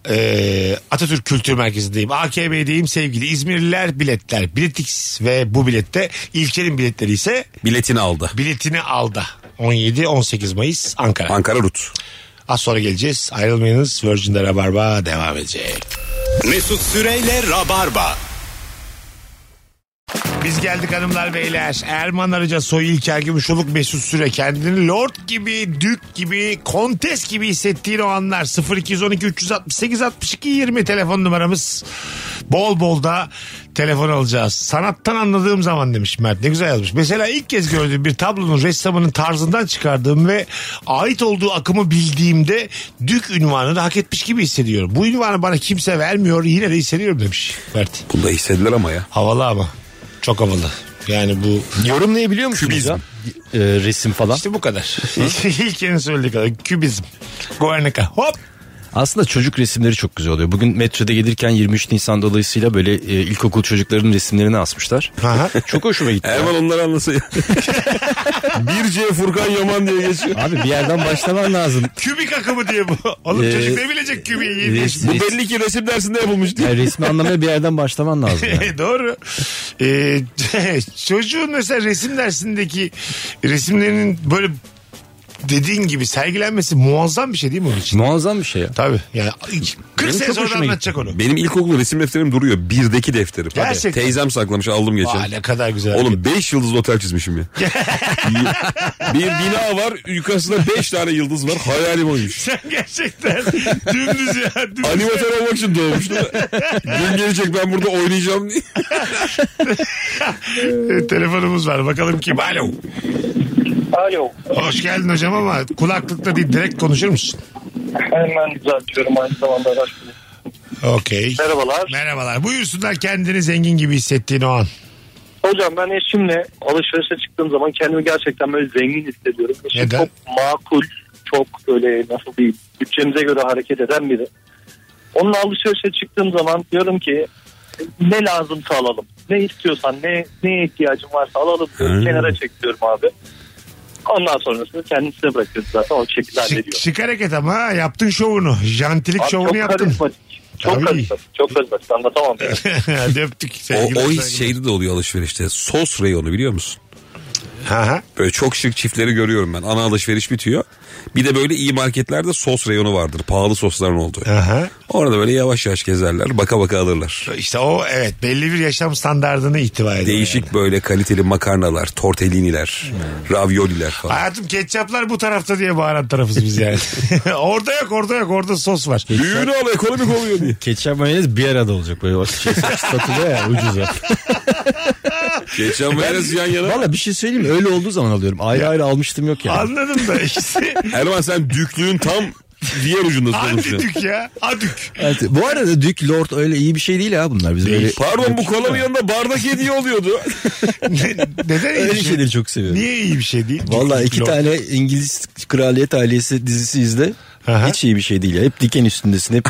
S3: e, Atatürk Kültür Merkezi'ndeyim. AKB'deyim sevgili İzmirliler biletler. Biletix ve bu bilette İlker'in biletleri ise
S5: Biletini aldı.
S3: biletini aldı. 17-18 Mayıs Ankara.
S5: Ankara Rut.
S3: Az sonra geleceğiz. Ayrılmayınız. Virgin'de Rabarba devam edecek.
S2: Mesut Süreyle Rabarba.
S3: Biz geldik hanımlar beyler. Erman Arıca, Soy İlker Gümüşoluk, Mesut Süre. Kendini lord gibi, dük gibi, kontes gibi hissettiğin o anlar. 0212 368 62 20 telefon numaramız. Bol bol da telefon alacağız. Sanattan anladığım zaman demiş Mert. Ne güzel yazmış. Mesela ilk kez gördüğüm bir tablonun ressamının tarzından çıkardığım ve ait olduğu akımı bildiğimde dük ünvanını hak etmiş gibi hissediyorum. Bu ünvanı bana kimse vermiyor. Yine de hissediyorum demiş Mert.
S5: Bunu da hissediler ama ya.
S3: Havalı ama. Çok havalı. Yani [laughs] bu
S4: Yorumlayabiliyor musunuz ya? Ee, resim falan.
S3: işte bu kadar. İlk yeni söylediği kadar. Kübizm. Guernica. Hop.
S4: Aslında çocuk resimleri çok güzel oluyor. Bugün metroda gelirken 23 Nisan dolayısıyla böyle e, ilkokul çocuklarının resimlerini asmışlar.
S3: Aha.
S4: Çok hoşuma
S5: [laughs]
S4: gitti. ya.
S5: Erman onları anlasa ya. 1C Furkan Yaman diye geçiyor.
S4: Abi bir yerden başlaman lazım.
S5: [laughs]
S3: Kübik akımı diye bu. Oğlum
S4: Ee,
S3: çocuk ne bilecek kübiği? Yedi
S4: res-
S3: yaşında.
S5: Bu belli ki resim dersinde yapılmış diye.
S4: Yani resmi anlamaya bir yerden başlaman lazım.
S5: [laughs]
S3: [laughs]
S4: Yani.
S3: Doğru. Ee, [laughs] çocuğun mesela resim dersindeki resimlerinin böyle dediğin gibi sergilenmesi muazzam bir şey değil mi onun için?
S4: Muazzam bir şey ya.
S3: Tabii. Yani 40
S4: Benim
S3: sene
S4: çok
S3: sonra
S4: hoşuma gitti.
S3: anlatacak onu.
S5: Benim ilkokul resim defterim duruyor. Birdeki defterim.
S3: Gerçekten.
S5: Teyzem saklamış aldım geçen.
S3: Aa, ne kadar güzel.
S5: Oğlum 5 yıldızlı otel çizmişim ya. [laughs] bir bina var yukarısında 5 tane yıldız var. Hayalim oymuş.
S3: Sen [laughs] gerçekten dümdüz ya. Dümdüz
S5: Animatör olmak için [laughs] doğmuştum. Gün gelecek ben burada oynayacağım diye.
S3: Ee, telefonumuz var. Bakalım kim? Alo.
S8: Alo.
S3: Hoş geldin hocam ama kulaklıkta değil direkt konuşur musun?
S8: Hemen düzeltiyorum aynı zamanda araştırma.
S3: Okey.
S8: Merhabalar.
S3: Merhabalar. Buyursunlar kendini zengin gibi hissettiğin o an.
S8: Hocam ben eşimle alışverişe çıktığım zaman kendimi gerçekten böyle zengin hissediyorum. Eşim
S3: Neden?
S8: çok makul, çok böyle nasıl diyeyim bütçemize göre hareket eden biri. Onunla alışverişe çıktığım zaman diyorum ki ne lazımsa alalım. Ne istiyorsan, ne neye ihtiyacın varsa alalım diyorum.
S3: Hmm.
S8: Kenara çekiyorum abi. Ondan sonrasını kendisine bırakıyoruz zaten. O şekilde
S3: Şık,
S8: hallediyor.
S3: şık hareket ama ha, yaptın şovunu. Jantilik
S8: Abi
S3: şovunu
S8: çok
S3: yaptın.
S8: karizmatik. Çok
S3: Tabii.
S8: karizmatik. Çok karizmatik. Anlatamam. yani.
S3: [laughs] Hadi öptük.
S5: O,
S3: Sevgiler,
S5: o şey- his
S3: saygılar.
S5: şeyde de oluyor alışverişte. Sos reyonu biliyor musun?
S3: Ha, ha.
S5: Böyle çok şık çiftleri görüyorum ben. Ana alışveriş bitiyor. Bir de böyle iyi marketlerde sos reyonu vardır. Pahalı sosların olduğu.
S3: Aha.
S5: Orada böyle yavaş yavaş gezerler. Baka baka alırlar.
S3: İşte o evet belli bir yaşam standardını ihtiva ediyor.
S5: Değişik
S3: yani.
S5: böyle kaliteli makarnalar, tortelliniler, ravioliler falan.
S3: Hayatım ketçaplar bu tarafta diye bağıran tarafız biz yani. [laughs] orada yok orada yok orada sos var.
S5: Büyüğünü al ekonomik oluyor diye.
S4: Ketçap mayonez bir arada olacak böyle. O Şey, satılıyor
S5: [laughs]
S4: ya ucuza.
S5: Geçen mayonez yan yana.
S4: Valla bir şey söyleyeyim mi? Öyle olduğu zaman alıyorum. Ayrı ayrı almıştım yok yani.
S3: Anladım da işte.
S5: Erman sen düklüğün tam diğer ucunda
S3: Hadi
S5: sorun.
S3: dük ya. Adük.
S4: Evet, bu arada Dük Lord öyle iyi bir şey değil ha bunlar. Biz öyle,
S5: Pardon bu kolanın yanında bardak hediye oluyordu.
S3: Ne- Neden iyi
S4: [laughs] öyle
S3: bir şey?
S4: şeyleri çok seviyorum.
S3: Niye iyi bir şey değil?
S4: Valla iki
S3: Lord.
S4: tane İngiliz kraliyet ailesi dizisi izle.
S3: Aha.
S4: Hiç iyi bir şey değil ya. Hep diken
S3: [laughs]
S4: üstündesin hep.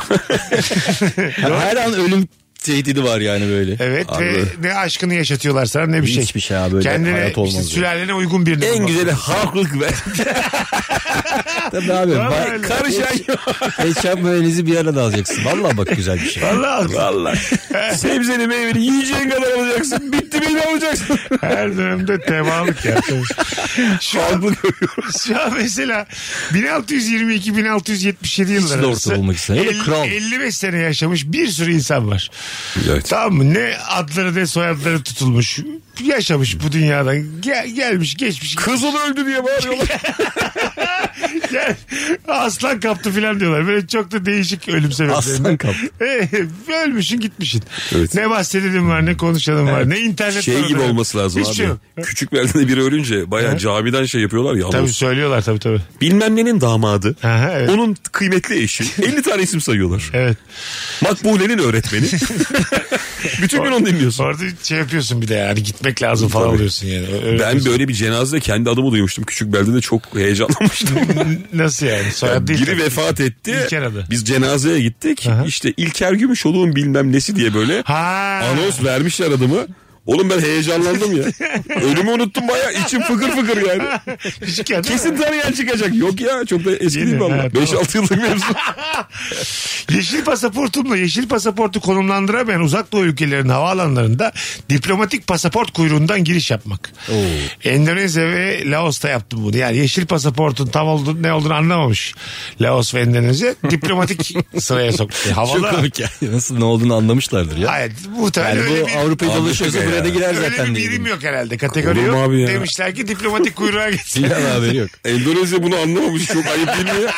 S4: Her an ölüm tehdidi var yani böyle.
S3: Evet ve
S4: Abi.
S3: ne aşkını yaşatıyorlar sana ne bir şey.
S4: Hiçbir şey abi, öyle
S3: Kendine
S4: hayat
S3: işte
S4: olmaz
S3: sülalene uygun birini.
S5: en
S3: bulmak.
S5: güzeli haklık be.
S4: Tabii abi.
S3: Vallahi
S4: Ba-
S3: öyle.
S5: Karışan yok.
S4: ketçap mayonezi bir arada alacaksın. Valla bak güzel bir
S3: [laughs]
S4: şey.
S3: Vallahi
S4: [laughs]
S5: Valla. Sebzeni meyveni yiyeceğin kadar alacaksın. Bitti beni alacaksın.
S3: her dönemde temalık ya.
S4: [laughs]
S3: şu, an,
S5: Haklı görüyorum.
S3: şu an mesela 1622-1677 yıllar
S4: de orta
S3: arası
S4: olmak isteyen ya da
S3: 50
S4: kral.
S3: 55 sene yaşamış bir sürü insan var. Tamam mı? Ne adları ne soyadları tutulmuş. Yaşamış bu dünyadan. Gel, gelmiş geçmiş.
S5: Kızıl öldü diye [laughs] bağırıyorlar.
S3: Gel. Aslan kaptı filan diyorlar. Böyle çok da değişik ölüm sebepleri. [laughs]
S4: Aslan kaptı.
S3: Eh, Ölmüşsün gitmişsin.
S5: Evet.
S3: Ne bahsedelim var ne konuşalım var ne internet var,
S5: şey gibi
S3: ne-
S5: olması lazım
S3: Hiç şey
S5: abi.
S3: yok.
S5: Küçük beldede biri ölünce bayağı camiden şey yapıyorlar ya.
S3: Tabii
S5: anons.
S3: söylüyorlar tabii tabii.
S5: Bilmem nenin damadı.
S3: Aha, evet.
S5: Onun kıymetli eşi. 50 tane isim sayıyorlar.
S3: Evet.
S5: Makbule'nin öğretmeni. Bütün gün onu dinliyorsun.
S3: Orada şey yapıyorsun bir de yani gitmek lazım falan
S5: Tabii.
S3: oluyorsun yani. Öyle
S5: Ben
S3: diyorsun.
S5: böyle bir cenazede kendi adımı duymuştum. Küçük beldede çok heyecanlanmıştım.
S3: [laughs] Nasıl yani? Soyad değil.
S5: Biri
S3: tabii.
S5: vefat etti.
S3: İlker adı.
S5: Biz cenazeye gittik.
S3: Aha.
S5: İşte İlker Gümüşoğlu'nun bilmem nesi diye böyle
S3: Ha.
S5: anons vermişler adımı. Oğlum ben
S3: [laughs]
S5: heyecanlandım ya. Ölümü unuttum baya içim fıkır fıkır yani.
S3: Küçükken değil mi?
S5: Kesin tanıyan çıkacak. Yok ya çok da eski
S3: Yeni,
S5: değil mi
S3: ha,
S5: Allah? 5-6 yıllık mevzu.
S3: [laughs] Yeşil pasaportumla yeşil pasaportu konumlandıramayan uzak doğu ülkelerinin havaalanlarında diplomatik pasaport kuyruğundan giriş yapmak. Endonezya ve Laos'ta yaptım bunu. Yani yeşil pasaportun tam olduğunu, ne olduğunu anlamamış Laos ve Endonezya.
S4: [laughs]
S3: Diplomatik sıraya soktu.
S4: Çok
S3: Havalı.
S4: komik yani. Nasıl ne olduğunu anlamışlardır ya.
S3: Hayır muhtemelen
S4: Yani
S3: öyle
S4: bu
S3: bir...
S4: Avrupa'yı
S5: Anlatıyor
S4: dolaşıyorsa
S5: ya.
S4: buraya da girer zaten.
S3: Öyle bir
S4: diye.
S3: birim yok herhalde kategori
S5: Olur mu
S3: yok.
S5: abi ya?
S3: Demişler ki diplomatik kuyruğa
S5: [laughs]
S4: [laughs]
S3: gitsin.
S4: Bilmem haberi yok.
S5: Endonezya bunu anlamamış. Çok ayıp değil
S4: [laughs]
S5: mi ya?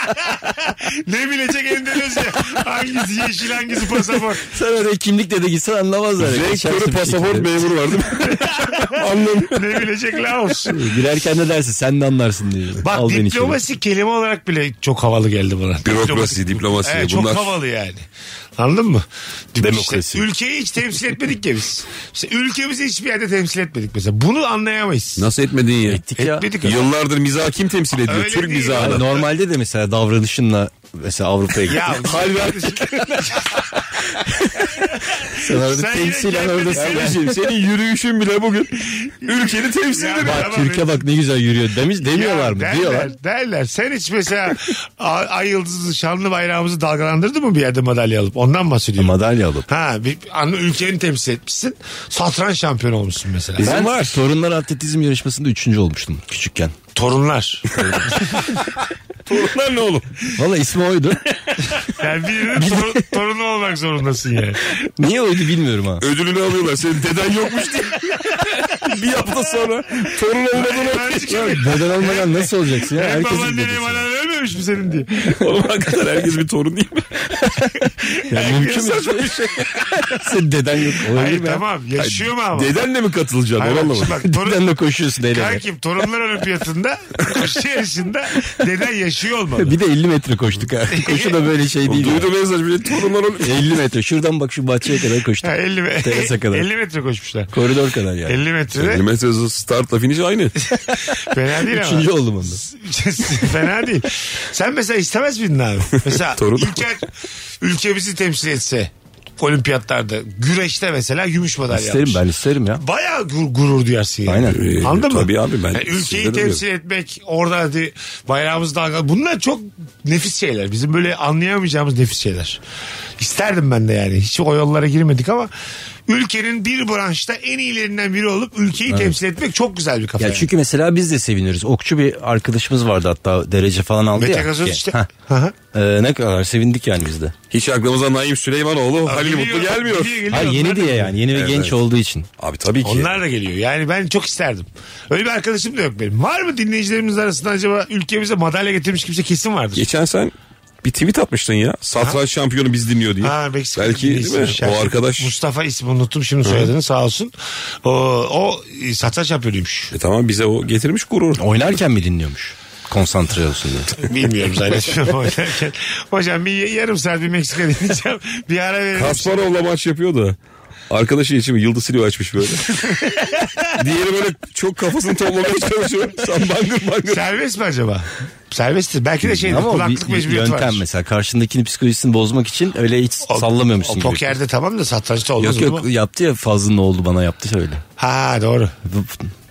S3: ne bilecek Endonezya? Hangisi yeşil hangisi pasaport?
S4: Sen oraya kimlikle de gitsen anlamazlar. ya.
S5: Renk
S4: Geçersin
S5: körü
S4: bir
S5: pasaport
S4: şekilde.
S5: memuru var değil mi? Anlamıyorum.
S3: ne bilecek Laos?
S4: Girerken de dersin sen de anlarsın diye.
S3: Bak
S4: Al beni içeri.
S3: diplomasi kelime olarak bile çok havalı geldi bana.
S5: Bürokrasi, diplomasi,
S3: Evet,
S5: bunlar-
S3: Çok havalı yani. Anladın mı? Dip-
S5: Demokrasi.
S3: işte ülkeyi hiç temsil etmedik ya biz. İşte ülkemizi hiçbir yerde temsil etmedik mesela. Bunu anlayamayız.
S5: [laughs] Nasıl etmedin ya?
S4: Ettik ya.
S3: Etmedik ama.
S5: Yıllardır mizahı kim temsil ediyor?
S3: Öyle
S5: Türk
S3: değil.
S5: mizahını.
S4: Yani normalde de mesela davranışınla mesela Avrupa'ya gittin.
S3: Ya
S4: Hal ver.
S3: [laughs]
S4: Sen orada
S3: Sen
S4: temsilen
S3: yine
S4: oradasın.
S3: kendini-
S4: Yani.
S5: Kardeşim senin yürüyüşün bile bugün ülkeni temsil
S3: Ya
S5: ediyor.
S3: bak,
S4: Bak Türkiye bak ne güzel yürüyor demiş demiyorlar mı?
S3: derler,
S4: Diyorlar.
S3: Derler. Sen hiç mesela ay, ay yıldızı şanlı bayrağımızı dalgalandırdın mı bir yerde madalya alıp? Ondan bahsediyorum.
S4: Madalya alıp.
S3: ha, bir, an- ülkeni temsil etmişsin. Satranç şampiyonu olmuşsun mesela.
S4: Ben sorunlar atletizm yarışmasında üçüncü olmuştum küçükken.
S3: Torunlar.
S5: Lan ne oğlum?
S4: Valla
S5: [laughs]
S4: ismi oydu.
S3: Yani birinin tor- torunu olmak zorundasın yani.
S4: Niye oydu bilmiyorum ha.
S5: Ödülünü alıyorlar. Senin deden yokmuş
S4: [laughs]
S5: diye. bir hafta sonra torun olmadığını
S3: Ya,
S4: Neden olmadan nasıl olacaksın ya?
S3: Hem
S4: Herkesin
S3: babaannene
S4: dedesi.
S3: hem anneanne ölmemiş mi senin diye.
S5: Oğlum hakikaten herkes bir torun değil mi?
S4: Ya mümkün mü?
S5: Saçma bir şey.
S4: Senin deden yok. Olabilir
S3: Hayır
S4: mi? ya?
S3: tamam yaşıyor mu ama?
S5: Dedenle mi katılacaksın?
S3: Hayır,
S5: Onu
S3: bak,
S5: anlamadım.
S3: bak, torun,
S4: Dedenle koşuyorsun el ele.
S3: kankim torunlar
S4: [laughs]
S3: olimpiyatında koşu yarışında deden yaşıyor olmalı.
S4: Bir de 50 metre
S3: [laughs]
S4: koştuk ha. Koşu da böyle şey değil.
S5: Duydum mesaj bile torunlar
S4: [laughs]
S5: oluyor.
S4: 50 metre. Şuradan bak şu bahçeye kadar koştuk.
S3: Ha, 50, me-
S4: Terasa kadar.
S3: 50 metre koşmuşlar.
S4: Koridor kadar yani.
S3: 50 metrede
S5: Mesela startla
S3: [laughs]
S5: finish aynı.
S3: fena değil ama. [laughs]
S4: Üçüncü oldum onda.
S3: fena değil. Sen mesela istemez miydin abi?
S4: [laughs]
S3: Mesela
S5: Torun.
S3: İlker ülkemizi temsil etse olimpiyatlarda güreşte mesela gümüş madalya
S4: İsterim
S3: almış.
S4: ben isterim ya.
S3: bayağı gu- gurur duyarsın yani.
S4: Aynen.
S5: Ee,
S3: Anladın mı?
S5: tabii abi ben
S3: Yani ülkeyi
S5: sizden
S3: temsil etmek orada hadi bayrağımız dalga. Bunlar çok nefis şeyler. Bizim böyle anlayamayacağımız nefis şeyler. İsterdim ben de yani. Hiç o yollara girmedik ama ülkenin bir branşta en iyilerinden biri olup ülkeyi temsil etmek çok güzel bir kafa.
S4: Ya
S3: yani.
S4: çünkü mesela biz de seviniriz. Okçu bir arkadaşımız vardı hatta derece falan aldı
S3: Mete
S4: ya.
S3: Gazoz
S4: Ki-
S3: işte.
S4: Heh.
S3: Hı hı.
S4: Ee, ne kadar sevindik yani biz de.
S5: Hiç aklımıza Naim Süleymanoğlu, Halil
S3: Geliyor,
S5: Mutlu gelmiyor.
S3: geliyor, geliyor.
S4: Ha,
S3: Onlar
S4: yeni
S3: da
S4: diye yani yeni ve genç olduğu için.
S5: Abi tabii ki.
S3: Onlar da geliyor. Yani ben çok isterdim. Öyle bir arkadaşım da yok benim. Var mı dinleyicilerimiz arasında acaba ülkemize madalya getirmiş kimse kesin vardır.
S5: Geçen sen bir tweet atmıştın ya. Satranç şampiyonu biz dinliyor diye.
S3: Ha, Meksika
S5: Belki
S3: dinleyicisi
S5: değil mi?
S3: bir
S5: o
S3: şarkı.
S5: arkadaş.
S3: Mustafa ismi unuttum şimdi soyadını sağ olsun. O, o e, satranç şampiyonuymuş.
S5: E tamam bize o getirmiş gurur.
S4: Oynarken mi dinliyormuş? konsantre olsun diye.
S3: Bilmiyorum zannetmiyorum
S4: [laughs]
S3: oynarken. Hocam bir yarım saat bir Meksika dinleyeceğim. Bir ara verelim.
S5: Kasparov'la maç yapıyor da. Arkadaşı için mi yıldız siliyor açmış böyle. Diğeri böyle çok kafasını toplamaya çalışıyor. Sen bangır bangır.
S3: Serbest mi acaba? Serbesttir. Belki de şeydir.
S4: Ama
S3: kulaklık
S4: bir, bir
S3: mecburiyeti
S4: yöntem
S3: var.
S4: mesela karşındakinin psikolojisini bozmak için öyle hiç
S3: O-
S4: sallamıyormuşsun
S3: O
S4: gibi.
S3: pokerde tamam da satrançta olmaz
S4: Yok
S3: yok,
S4: yok yaptı ya fazla ne oldu bana yaptı öyle.
S3: Ha doğru.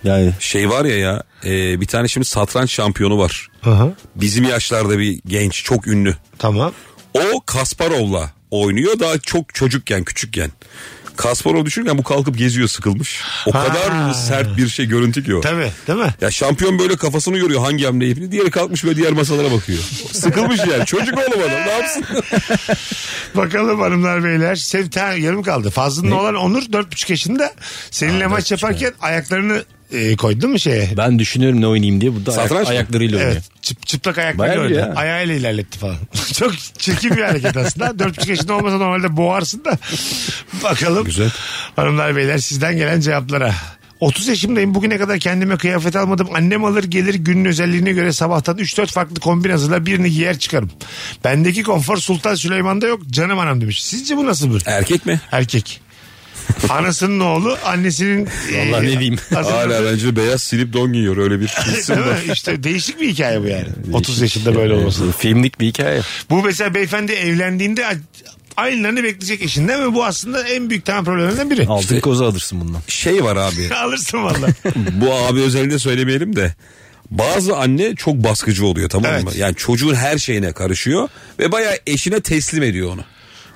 S4: Yani
S5: Şey var ya ya e, bir tane şimdi satranç şampiyonu var.
S3: Aha,
S5: Bizim yaşlarda bir genç çok ünlü.
S3: tamam.
S5: O Kasparov'la oynuyor daha çok çocukken küçükken. Kasparov düşünürken bu kalkıp geziyor sıkılmış. O
S3: Ha.
S5: kadar sert bir şey görüntü ki o.
S3: Tabii değil mi?
S5: Ya şampiyon böyle kafasını yoruyor hangi hamle yapıyor. Diğeri kalkmış ve diğer masalara bakıyor. Sıkılmış yani. Çocuk oğlum adam ne yapsın?
S3: Bakalım hanımlar beyler. Sev ta- yarım kaldı. Fazlının olan Onur dört buçuk yaşında. Seninle maç yaparken ayaklarını e, koydun mu şeye?
S4: ben düşünüyorum ne oynayayım diye burada ayak-
S5: Satranç mı?
S4: ayaklarıyla oynuyor.
S3: Evet. çıp- çıplak ayaklarıyla
S4: Bayağı iyi
S3: oynadı.
S4: ya.
S3: Ayağıyla ilerletti falan. [laughs] Çok çirkin bir hareket aslında. [laughs] Dört buçuk yaşında olmasa normalde boğarsın da. [laughs] Bakalım.
S5: Güzel.
S3: Hanımlar beyler sizden gelen cevaplara. 30 yaşımdayım. Bugüne kadar kendime kıyafet almadım. Annem alır gelir günün özelliğine göre sabahtan 3-4 farklı kombin hazırlar. Birini giyer çıkarım. Bendeki konfor Sultan Süleyman'da yok. Canım anam demiş. Sizce bu nasıl bir
S5: Erkek mi?
S4: [laughs]
S3: erkek? Anasının oğlu annesinin... e, [laughs]
S4: Vallahi ne diyeyim.
S3: hazırladığı-
S5: Hala bence beyaz silip don giyiyor öyle bir hissim
S3: Değil mi?
S5: var.
S3: İşte değişik bir hikaye bu yani. 30 yaşında böyle olması.
S4: Filmlik bir hikaye.
S3: Bu mesela beyefendi evlendiğinde aynılarını bekleyecek eşinden ve bu aslında en büyük temel problemlerinden biri.
S4: Altın kozu alırsın bundan.
S5: Şey var
S3: [laughs]
S5: abi.
S3: Alırsın valla.
S5: Bu abi özelinde söylemeyelim de. Bazı anne çok baskıcı oluyor tamam mı?
S3: Evet.
S5: Yani çocuğun her şeyine karışıyor ve bayağı eşine teslim ediyor onu.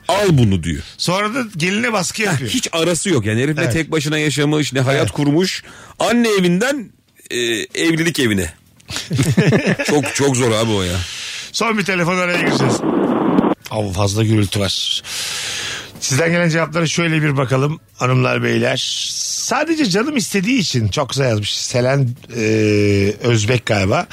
S5: Al bunu diyor.
S3: Sonra da geline baskı
S5: [laughs]
S3: yapıyor.
S5: Hiç arası yok. Yani herif ne
S3: Evet.
S5: tek başına yaşamış ne hayat kurmuş. Anne evinden e,
S3: [laughs]
S5: evlilik evine. çok çok zor abi o ya.
S3: Son bir telefon araya gireceğiz. Av fazla gürültü var. Sizden gelen cevaplara şöyle bir bakalım hanımlar beyler. Sadece canım istediği için çok güzel yazmış Selen e, Özbek galiba.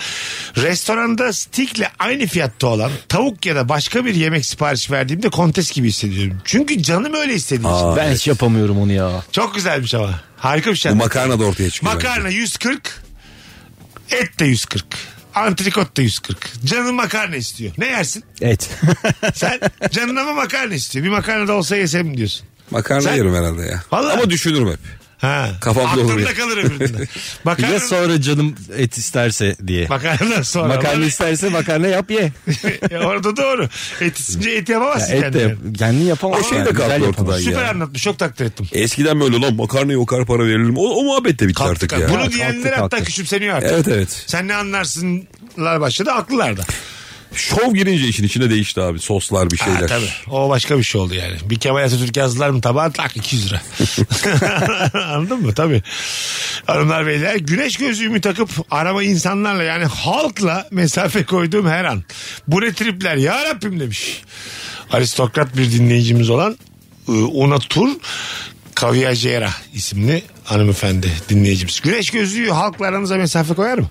S3: Restoranda stikle aynı fiyatta olan tavuk ya da başka bir yemek sipariş verdiğimde kontes gibi hissediyorum. Çünkü canım öyle istediği için.
S4: ben hiç yapamıyorum onu ya.
S3: Çok güzelmiş ama. Harika bir şey.
S5: Bu makarna da ortaya çıkıyor. bence.
S3: Makarna 140. Et de 140. Antrikot da 140. Canın makarna istiyor. Ne yersin? [laughs]
S4: Evet. [laughs]
S3: Sen canın ama makarna istiyor. Bir makarna da olsa yesem diyorsun.
S5: Makarna
S3: Sen-
S5: yerim herhalde ya.
S3: Vallahi.
S5: Ama düşünürüm hep.
S3: Ha.
S5: Kafamda
S3: Aklımda
S5: olur ya.
S3: kalır
S4: [laughs]
S3: öbüründe.
S4: ya
S3: Makarna,
S4: sonra canım et isterse diye.
S3: makarna sonra. [laughs]
S4: makarna isterse makarna yap ye.
S3: Ya E, Orada doğru. Et istince et
S4: Ya
S3: yapamazsın
S4: et de
S3: kendine.
S4: yap. Kendin yapamaz.
S5: O şey de
S4: yani.
S5: kalktı
S4: Güzel
S5: ortadan
S4: yapamaz.
S5: ya.
S3: Süper anlatmış. Çok takdir ettim.
S5: Eskiden böyle lan makarnaya o kadar para verilir mi? O, o muhabbet de bitti
S3: Kalktı,
S5: artık
S3: kalktı.
S5: ya.
S3: Bunu
S4: kalktı,
S3: diyenler hatta
S4: kalktı.
S3: küçümseniyor artık.
S5: Evet evet.
S3: Sen ne anlarsınlar başladı aklılar da.
S5: Şov girince işin içine değişti abi. Soslar bir
S3: Ha,
S5: şeyler.
S3: tabii. O başka bir şey oldu yani. Bir Kemal Atatürk yazdılar mı tabağa tak 200 lira. [laughs] Anladın mı? Tabii. Hanımlar beyler güneş gözlüğümü takıp araba insanlarla yani halkla mesafe koyduğum her an. Bu ne tripler ya Rabbim demiş. Aristokrat bir dinleyicimiz olan e, Una Tur Kavyajera isimli hanımefendi dinleyicimiz. Güneş gözlüğü halkla aranıza mesafe koyar mı?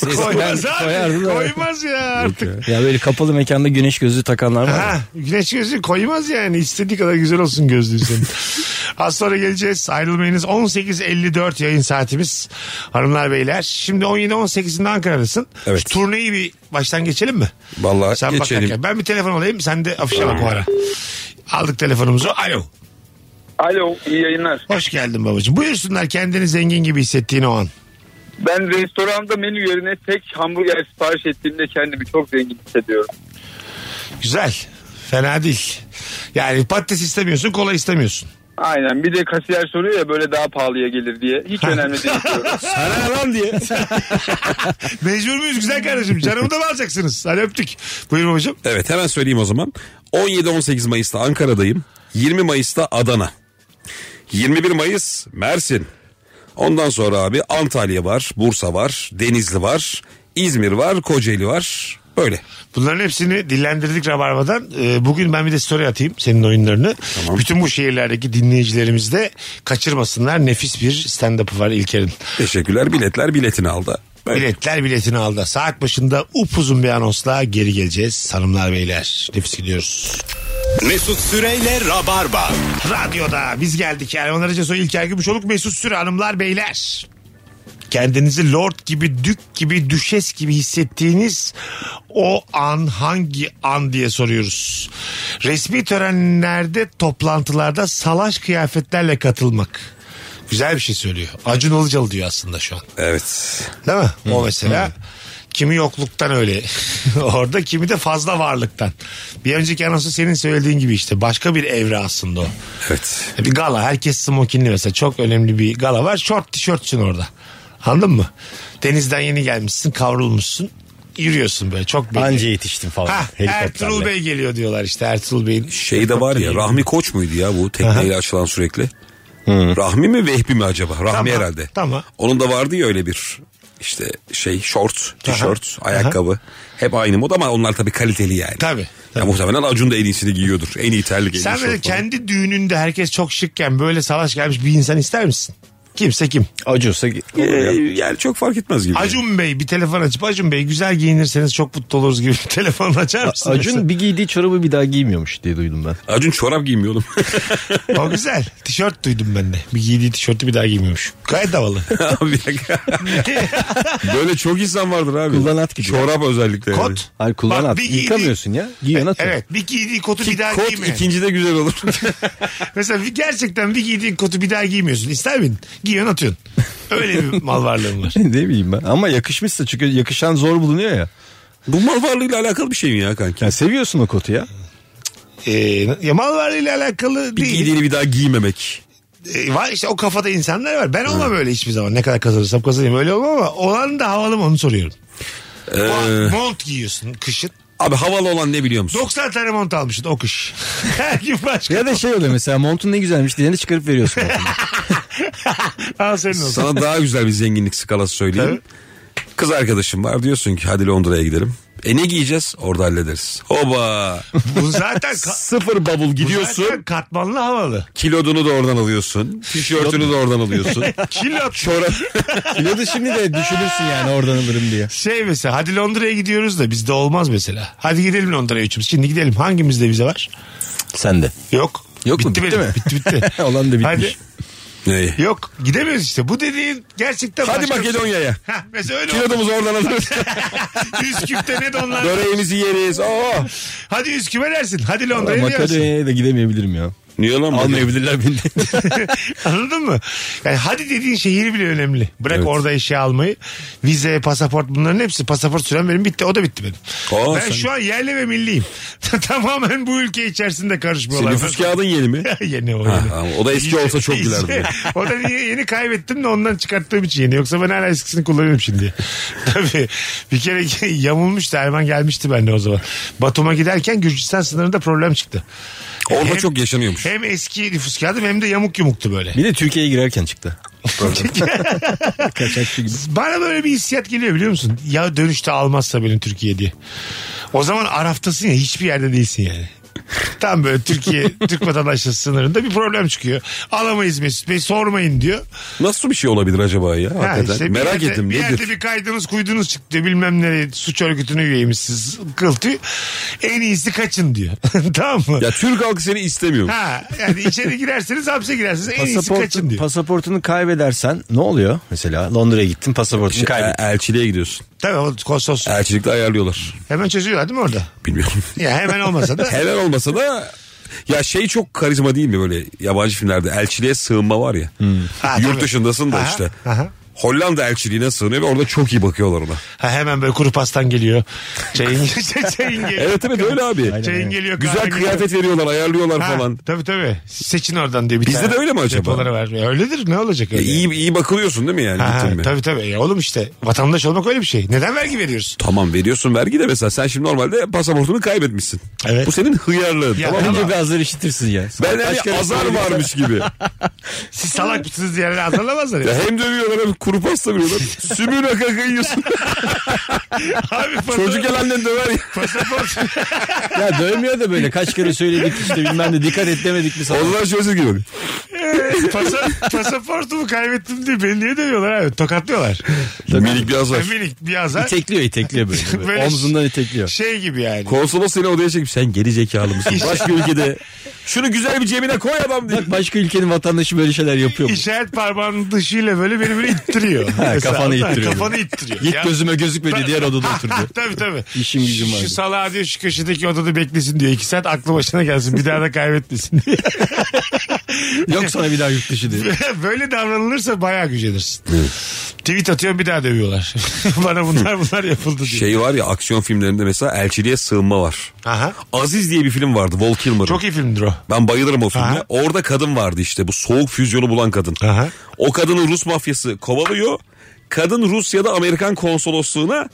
S3: [laughs] Koymaz
S4: Eskiden
S3: abi.
S4: koyardın ama.
S3: Koymaz ya artık.
S4: Ya böyle kapalı mekanda güneş gözlüğü takanlar var. ya.
S3: Ha, güneş gözlüğü koymaz yani. İstediği kadar güzel olsun gözlüğü
S5: [laughs]
S3: senin. Az sonra geleceğiz. Ayrılmayınız. 18.54 yayın saatimiz. Hanımlar beyler. Şimdi 17-18'inde Ankara'dasın.
S5: Evet.
S3: Şu turneyi bir baştan geçelim mi?
S5: Vallahi
S3: Sen
S5: geçelim.
S3: bakarken. Ben bir telefon alayım. Sen de afişe bak o ara. Aldık telefonumuzu. Alo.
S6: Alo iyi yayınlar.
S3: Hoş geldin babacığım. Buyursunlar kendini zengin gibi hissettiğin o an.
S6: Ben restoranda menü yerine tek hamburger sipariş ettiğimde kendimi çok zengin hissediyorum.
S3: Güzel. Fena değil. Yani patates istemiyorsun, kola
S5: [laughs]
S3: istemiyorsun.
S6: Aynen bir de kasiyer soruyor ya böyle daha pahalıya gelir diye. Hiç önemli değil. diyorum.
S3: Mecbur muyuz güzel kardeşim? Canımı da mı alacaksınız? Hadi öptük. Buyur babacığım.
S5: Evet hemen söyleyeyim o zaman. 17-18 Mayıs'ta Ankara'dayım. 20 Mayıs'ta Adana. 21 Mayıs Mersin. Ondan sonra abi Antalya var, Bursa var, Denizli var, İzmir var, Kocaeli var. Böyle.
S3: Bunların hepsini dillendirdik Rabarba'dan. Ee, bugün ben bir de story atayım senin oyunlarını. Bütün bu şehirlerdeki dinleyicilerimiz de kaçırmasınlar. Nefis bir stand-up'ı var İlker'in.
S5: Teşekkürler. Biletler biletini aldı. Böyle.
S3: Biletler biletini aldı. Saat başında upuzun bir anonsla geri geleceğiz. Hanımlar beyler nefis gidiyoruz.
S2: Mesut Süreyle Rabarba.
S3: Radyoda biz geldik. Erman Arıca Soy İlker Gümüşoluk Mesut Süre hanımlar beyler. Kendinizi lord gibi, dük gibi, düşes gibi hissettiğiniz o an hangi an diye soruyoruz. Resmi törenlerde, toplantılarda salaş kıyafetlerle katılmak. Güzel bir şey söylüyor. Acun Ilıcalı diyor aslında şu an.
S5: Evet.
S3: Değil mi? O mesela kimi yokluktan öyle [laughs] orada kimi de fazla varlıktan. Bir önceki anonsu senin söylediğin gibi işte başka bir evre aslında o.
S5: Evet.
S3: Bir gala herkes smokinli mesela çok önemli bir gala var şort tişörtsün orada. Anladın mı? Denizden yeni gelmişsin kavrulmuşsun yürüyorsun böyle çok belli.
S4: Anca yetiştim falan.
S3: Ha, Ertuğrul
S4: helikopterle.
S3: Bey geliyor diyorlar işte Ertuğrul Bey'in.
S5: Şey de var ya Rahmi Koç muydu ya bu tekneyle açılan sürekli? Rahmi mi Vehbi mi acaba? Rahmi
S3: Tamam,
S5: herhalde.
S3: tamam.
S5: Onun da vardı ya öyle bir işte şey short, tişört,
S3: aha.
S5: ayakkabı. Hep aynı mod ama onlar tabii kaliteli yani.
S3: Tabii, tabii.
S5: Ya muhtemelen Acun da en iyisini giyiyordur. En iyi terlik, en iyi
S3: Sen
S5: şort
S3: böyle
S5: falan.
S3: kendi düğününde herkes çok şıkken böyle salaş gelmiş bir insan ister misin? Kimse kim?
S4: Acıyorsa gi-
S5: Ee, yani çok fark etmez gibi.
S3: Acun Bey bir telefon açıp Acun Bey güzel giyinirseniz çok mutlu oluruz gibi bir [laughs] telefon açar mısın?
S4: Acun bir giydiği çorabı bir daha giymiyormuş diye duydum ben.
S5: Acun çorap giymiyor oğlum. [laughs]
S3: mesela? O güzel. Tişört duydum ben de. Bir giydiği tişörtü bir daha giymiyormuş. Gayet
S4: [laughs]
S3: havalı.
S5: Abi bir
S3: [laughs]
S5: dakika. Böyle çok insan vardır abi.
S4: Kullan at gibi.
S5: Çorap özellikle. yani.
S3: Kot.
S4: Hayır kullan
S3: Bak,
S4: at.
S3: bir giydi-
S4: Yıkamıyorsun ya. Giyiyorsun atıyorsun.
S3: Evet bir giydiği kotu bir daha
S5: Kot
S3: giyme.
S5: ikinci de
S3: [laughs]
S5: güzel olur.
S3: Mesela bir, gerçekten bir giydiğin kotu bir daha giymiyorsun. İster miydin? Giyiyorsun atıyorsun. Öyle
S4: [laughs]
S3: bir mal varlığın var.
S4: [laughs] ne bileyim ben. Ama yakışmışsa çünkü yakışan zor bulunuyor ya.
S5: Bu mal varlığıyla alakalı bir şey mi ya kanki?
S4: Yani seviyorsun o kotu ya.
S3: Ee, ya mal varlığıyla alakalı
S5: Bir
S3: değil.
S5: giydiğini bir daha giymemek.
S3: Ee, var işte o kafada insanlar var. Ben olmam öyle hiçbir zaman. Ne kadar kazanırsam kazanayım öyle olmam ama olan da havalı mı onu soruyorum.
S4: Ee.
S3: O an Mont giyiyorsun kışın.
S5: Abi havalı olan ne biliyor musun?
S3: 90 tane mont almışsın o kış. [laughs] Her gün başka.
S4: Ya da şey oluyor mesela montun ne güzelmiş diyeni çıkarıp [laughs] veriyorsun.
S3: Al senin olsun.
S5: Sana daha güzel bir zenginlik skalası söyleyeyim. Kız arkadaşım var diyorsun ki hadi Londra'ya gidelim. E ne giyeceğiz? Orada hallederiz. Oba.
S3: Bu zaten
S4: [laughs]
S3: ka-
S5: Sıfır bavul
S3: bu zaten
S5: gidiyorsun.
S3: katmanlı havalı.
S5: Kilodunu da oradan alıyorsun. Tişörtünü de
S3: [laughs]
S5: oradan alıyorsun.
S3: Kilo [laughs]
S5: Çorap.
S4: ya da şimdi de düşünürsün yani oradan alırım diye.
S3: şey mesela hadi Londra'ya gidiyoruz da bizde olmaz mesela. Hadi gidelim Londra'ya üçümüz. Şimdi gidelim hangimizde vize var?
S4: Sen de.
S3: Yok.
S4: Yok mu? Bitti
S3: benim.
S4: mi?
S3: Bitti bitti.
S4: [laughs] Olan da bitmiş.
S3: Hadi.
S5: Neyi?
S3: Yok gidemiyoruz işte. Bu dediğin gerçekten
S5: Hadi
S3: başka bir şey.
S5: Makedonya'ya.
S3: Hah, mesela öyle oldu.
S5: Kilodumuzu
S3: [laughs]
S5: oradan alırız.
S3: Üsküp'te ne donlar.
S5: Böreğimizi yeriz. Oo.
S3: Hadi Üsküp'e dersin. Hadi Londra'ya dersin.
S4: Makedonya'ya da gidemeyebilirim ya.
S5: Niye lan?
S4: Almayabilirler beni.
S3: [laughs] Anladın mı? Yani hadi dediğin şehir bile önemli. Bırak orada eşya almayı. Vize, pasaport bunların hepsi. Pasaport süren benim bitti. O da bitti benim.
S5: Aa,
S3: ben
S5: sen-
S3: şu an yerli ve milliyim. [laughs] Tamamen bu ülke içerisinde
S5: Senin
S3: karışmıyorlar.
S5: nüfus kağıdın yeni mi?
S3: [laughs] yeni o yeni.
S5: Ha, o da eski olsa çok gülerdim.
S3: o da niye yeni kaybettim de ondan çıkarttığım için yeni. Yoksa ben hala eskisini kullanıyorum şimdi. [laughs] Tabii bir kere [laughs] yamulmuştu Erman gelmişti bende o zaman. Batum'a giderken Gürcistan sınırında problem çıktı.
S5: Orada çok yaşanıyormuş.
S3: Hem eski nüfus kağıdım hem de yamuk yumuktu böyle.
S4: bir de Türkiye'ye girerken çıktı. Kaçakçı gibi.
S3: Bana böyle bir hissiyat geliyor biliyor musun? Ya dönüşte almazsa beni Türkiye diye. O zaman Araf'tasın ya hiçbir yerde değilsin yani. Tam böyle
S5: [laughs]
S3: Türkiye, Türk vatandaşlığı sınırında bir problem çıkıyor. Alamayız Mesut Bey sormayın diyor.
S5: Nasıl bir şey olabilir acaba ya?
S3: Ha
S5: Hakikaten.
S3: işte bir
S5: Merak
S3: yerde-
S5: ettim
S3: bir
S5: nedir?
S3: yerde bir kaydınız kuydunuz çıktı bilmem nereye suç örgütüne üyeymişsiniz kıltı. En iyisi kaçın diyor. [laughs] tamam mı?
S5: Ya Türk halkı seni istemiyor.
S3: Ha yani içeri girerseniz hapse girersiniz en iyisi kaçın
S4: Pasaportun,
S3: diyor.
S4: pasaportunu kaybedersen ne oluyor? Mesela Londra'ya gittin pasaportunu
S5: El-
S4: kaybettin.
S5: Elçiliğe gidiyorsun.
S3: Tabii o konsolos
S5: Elçilikte ayarlıyorlar.
S3: hemen çözüyorlar değil mi orada?
S5: Bilmiyorum.
S3: Ya hemen olmasa
S5: [laughs]
S3: da.
S5: Helal olmasa da ya şey çok karizma değil mi böyle yabancı filmlerde elçiliğe sığınma var ya.
S3: Ha,
S5: Yurt
S3: tabii.
S5: dışındasın da
S3: Aha,
S5: işte.
S3: aha.
S5: Hollanda elçiliğine sığınıyor ve orada çok iyi bakıyorlar ona.
S3: Ha, hemen böyle kuru pastan geliyor.
S5: [laughs]
S3: [laughs] Çayın, çayın geliyor.
S5: Evet evet öyle abi.
S3: Çayın geliyor. kahven
S5: Güzel
S3: geliyor.
S5: kıyafet veriyorlar ayarlıyorlar
S3: Ha,
S5: falan.
S3: Tabii tabii. Seçin oradan diye bir
S5: Bizde
S3: tane
S5: de öyle mi acaba?
S3: depoları var. E, Öyledir ne olacak öyle.
S5: iyi, iyi bakılıyorsun değil mi yani?
S3: Ha,
S5: gittin mi?
S3: tabii tabii. Ya oğlum işte vatandaş olmak öyle bir şey. Neden vergi veriyorsun?
S5: Tamam veriyorsun vergi de mesela sen şimdi normalde pasaportunu kaybetmişsin.
S3: Evet.
S5: Bu senin hıyarlığın.
S3: Ya,
S5: tamam
S3: [laughs]
S5: mı?
S3: tamam.
S4: Önce bir azar e, işitirsin ya.
S5: Ben hani azar varmış gibi.
S3: Siz salak mısınız diye azarlamazlar
S4: [laughs]
S5: Ya
S3: ya.
S5: hem dövüyorlar hem kuru pasta veriyorlar. Sümüğüne kaka yiyorsun.
S3: Abi pasaport-
S5: Çocuk el annen döver ya.
S3: pasaport.
S4: Ya dövmüyor da böyle kaç kere söyledik işte bilmem ne dikkat et demedik mi sana.
S5: Onlar şöyle gibi.
S3: Pasa- pasaportumu kaybettim diye beni niye dövüyorlar abi? Tokatlıyorlar.
S5: Minik bir azar.
S3: Minik bir azar.
S4: İtekliyor itekliyor böyle.
S3: [laughs] Böyle-
S4: böyle. Omzundan itekliyor.
S3: Şey gibi yani.
S5: Konsolos seni odaya çekip sen geri zekalı mısın? Başka ülkede şunu güzel bir cebine koy adam diye.
S4: Bak başka ülkenin vatandaşı böyle şeyler yapıyor. mu?
S3: İşaret parmağının dışıyla böyle beni böyle ittiriyor.
S4: Ha, kafanı
S3: Mesela,
S4: ittiriyor.
S3: Kafanı ittiriyor. [laughs]
S4: Git
S3: Ya-
S4: gözüme
S3: [laughs]
S4: gözükmedi diğer odada
S3: Ha,
S4: oturdu.
S3: ha, tabii tabii.
S4: İşim gücüm var
S3: Şu
S4: diyor.
S3: salağı diyor şu köşedeki odada beklesin diyor. İki saat aklı başına gelsin. Bir daha da kaybetmesin diye.
S4: Yok sana bir daha yurt dışı diye.
S3: [laughs] Böyle davranılırsa bayağı gücenirsin. Tweet atıyorum bir daha dövüyorlar. [laughs] Bana bunlar bunlar yapıldı diye.
S5: Şey var ya aksiyon filmlerinde mesela elçiliğe sığınma var.
S3: Aha.
S5: Aziz diye bir film vardı Val Kilmer'ın.
S3: Çok iyi filmdir o.
S5: Ben bayılırım o filme.
S3: Aha.
S5: Orada kadın vardı işte bu soğuk füzyonu bulan kadın.
S3: Aha.
S5: O kadını Rus mafyası kovalıyor. Kadın Rusya'da Amerikan konsolosluğuna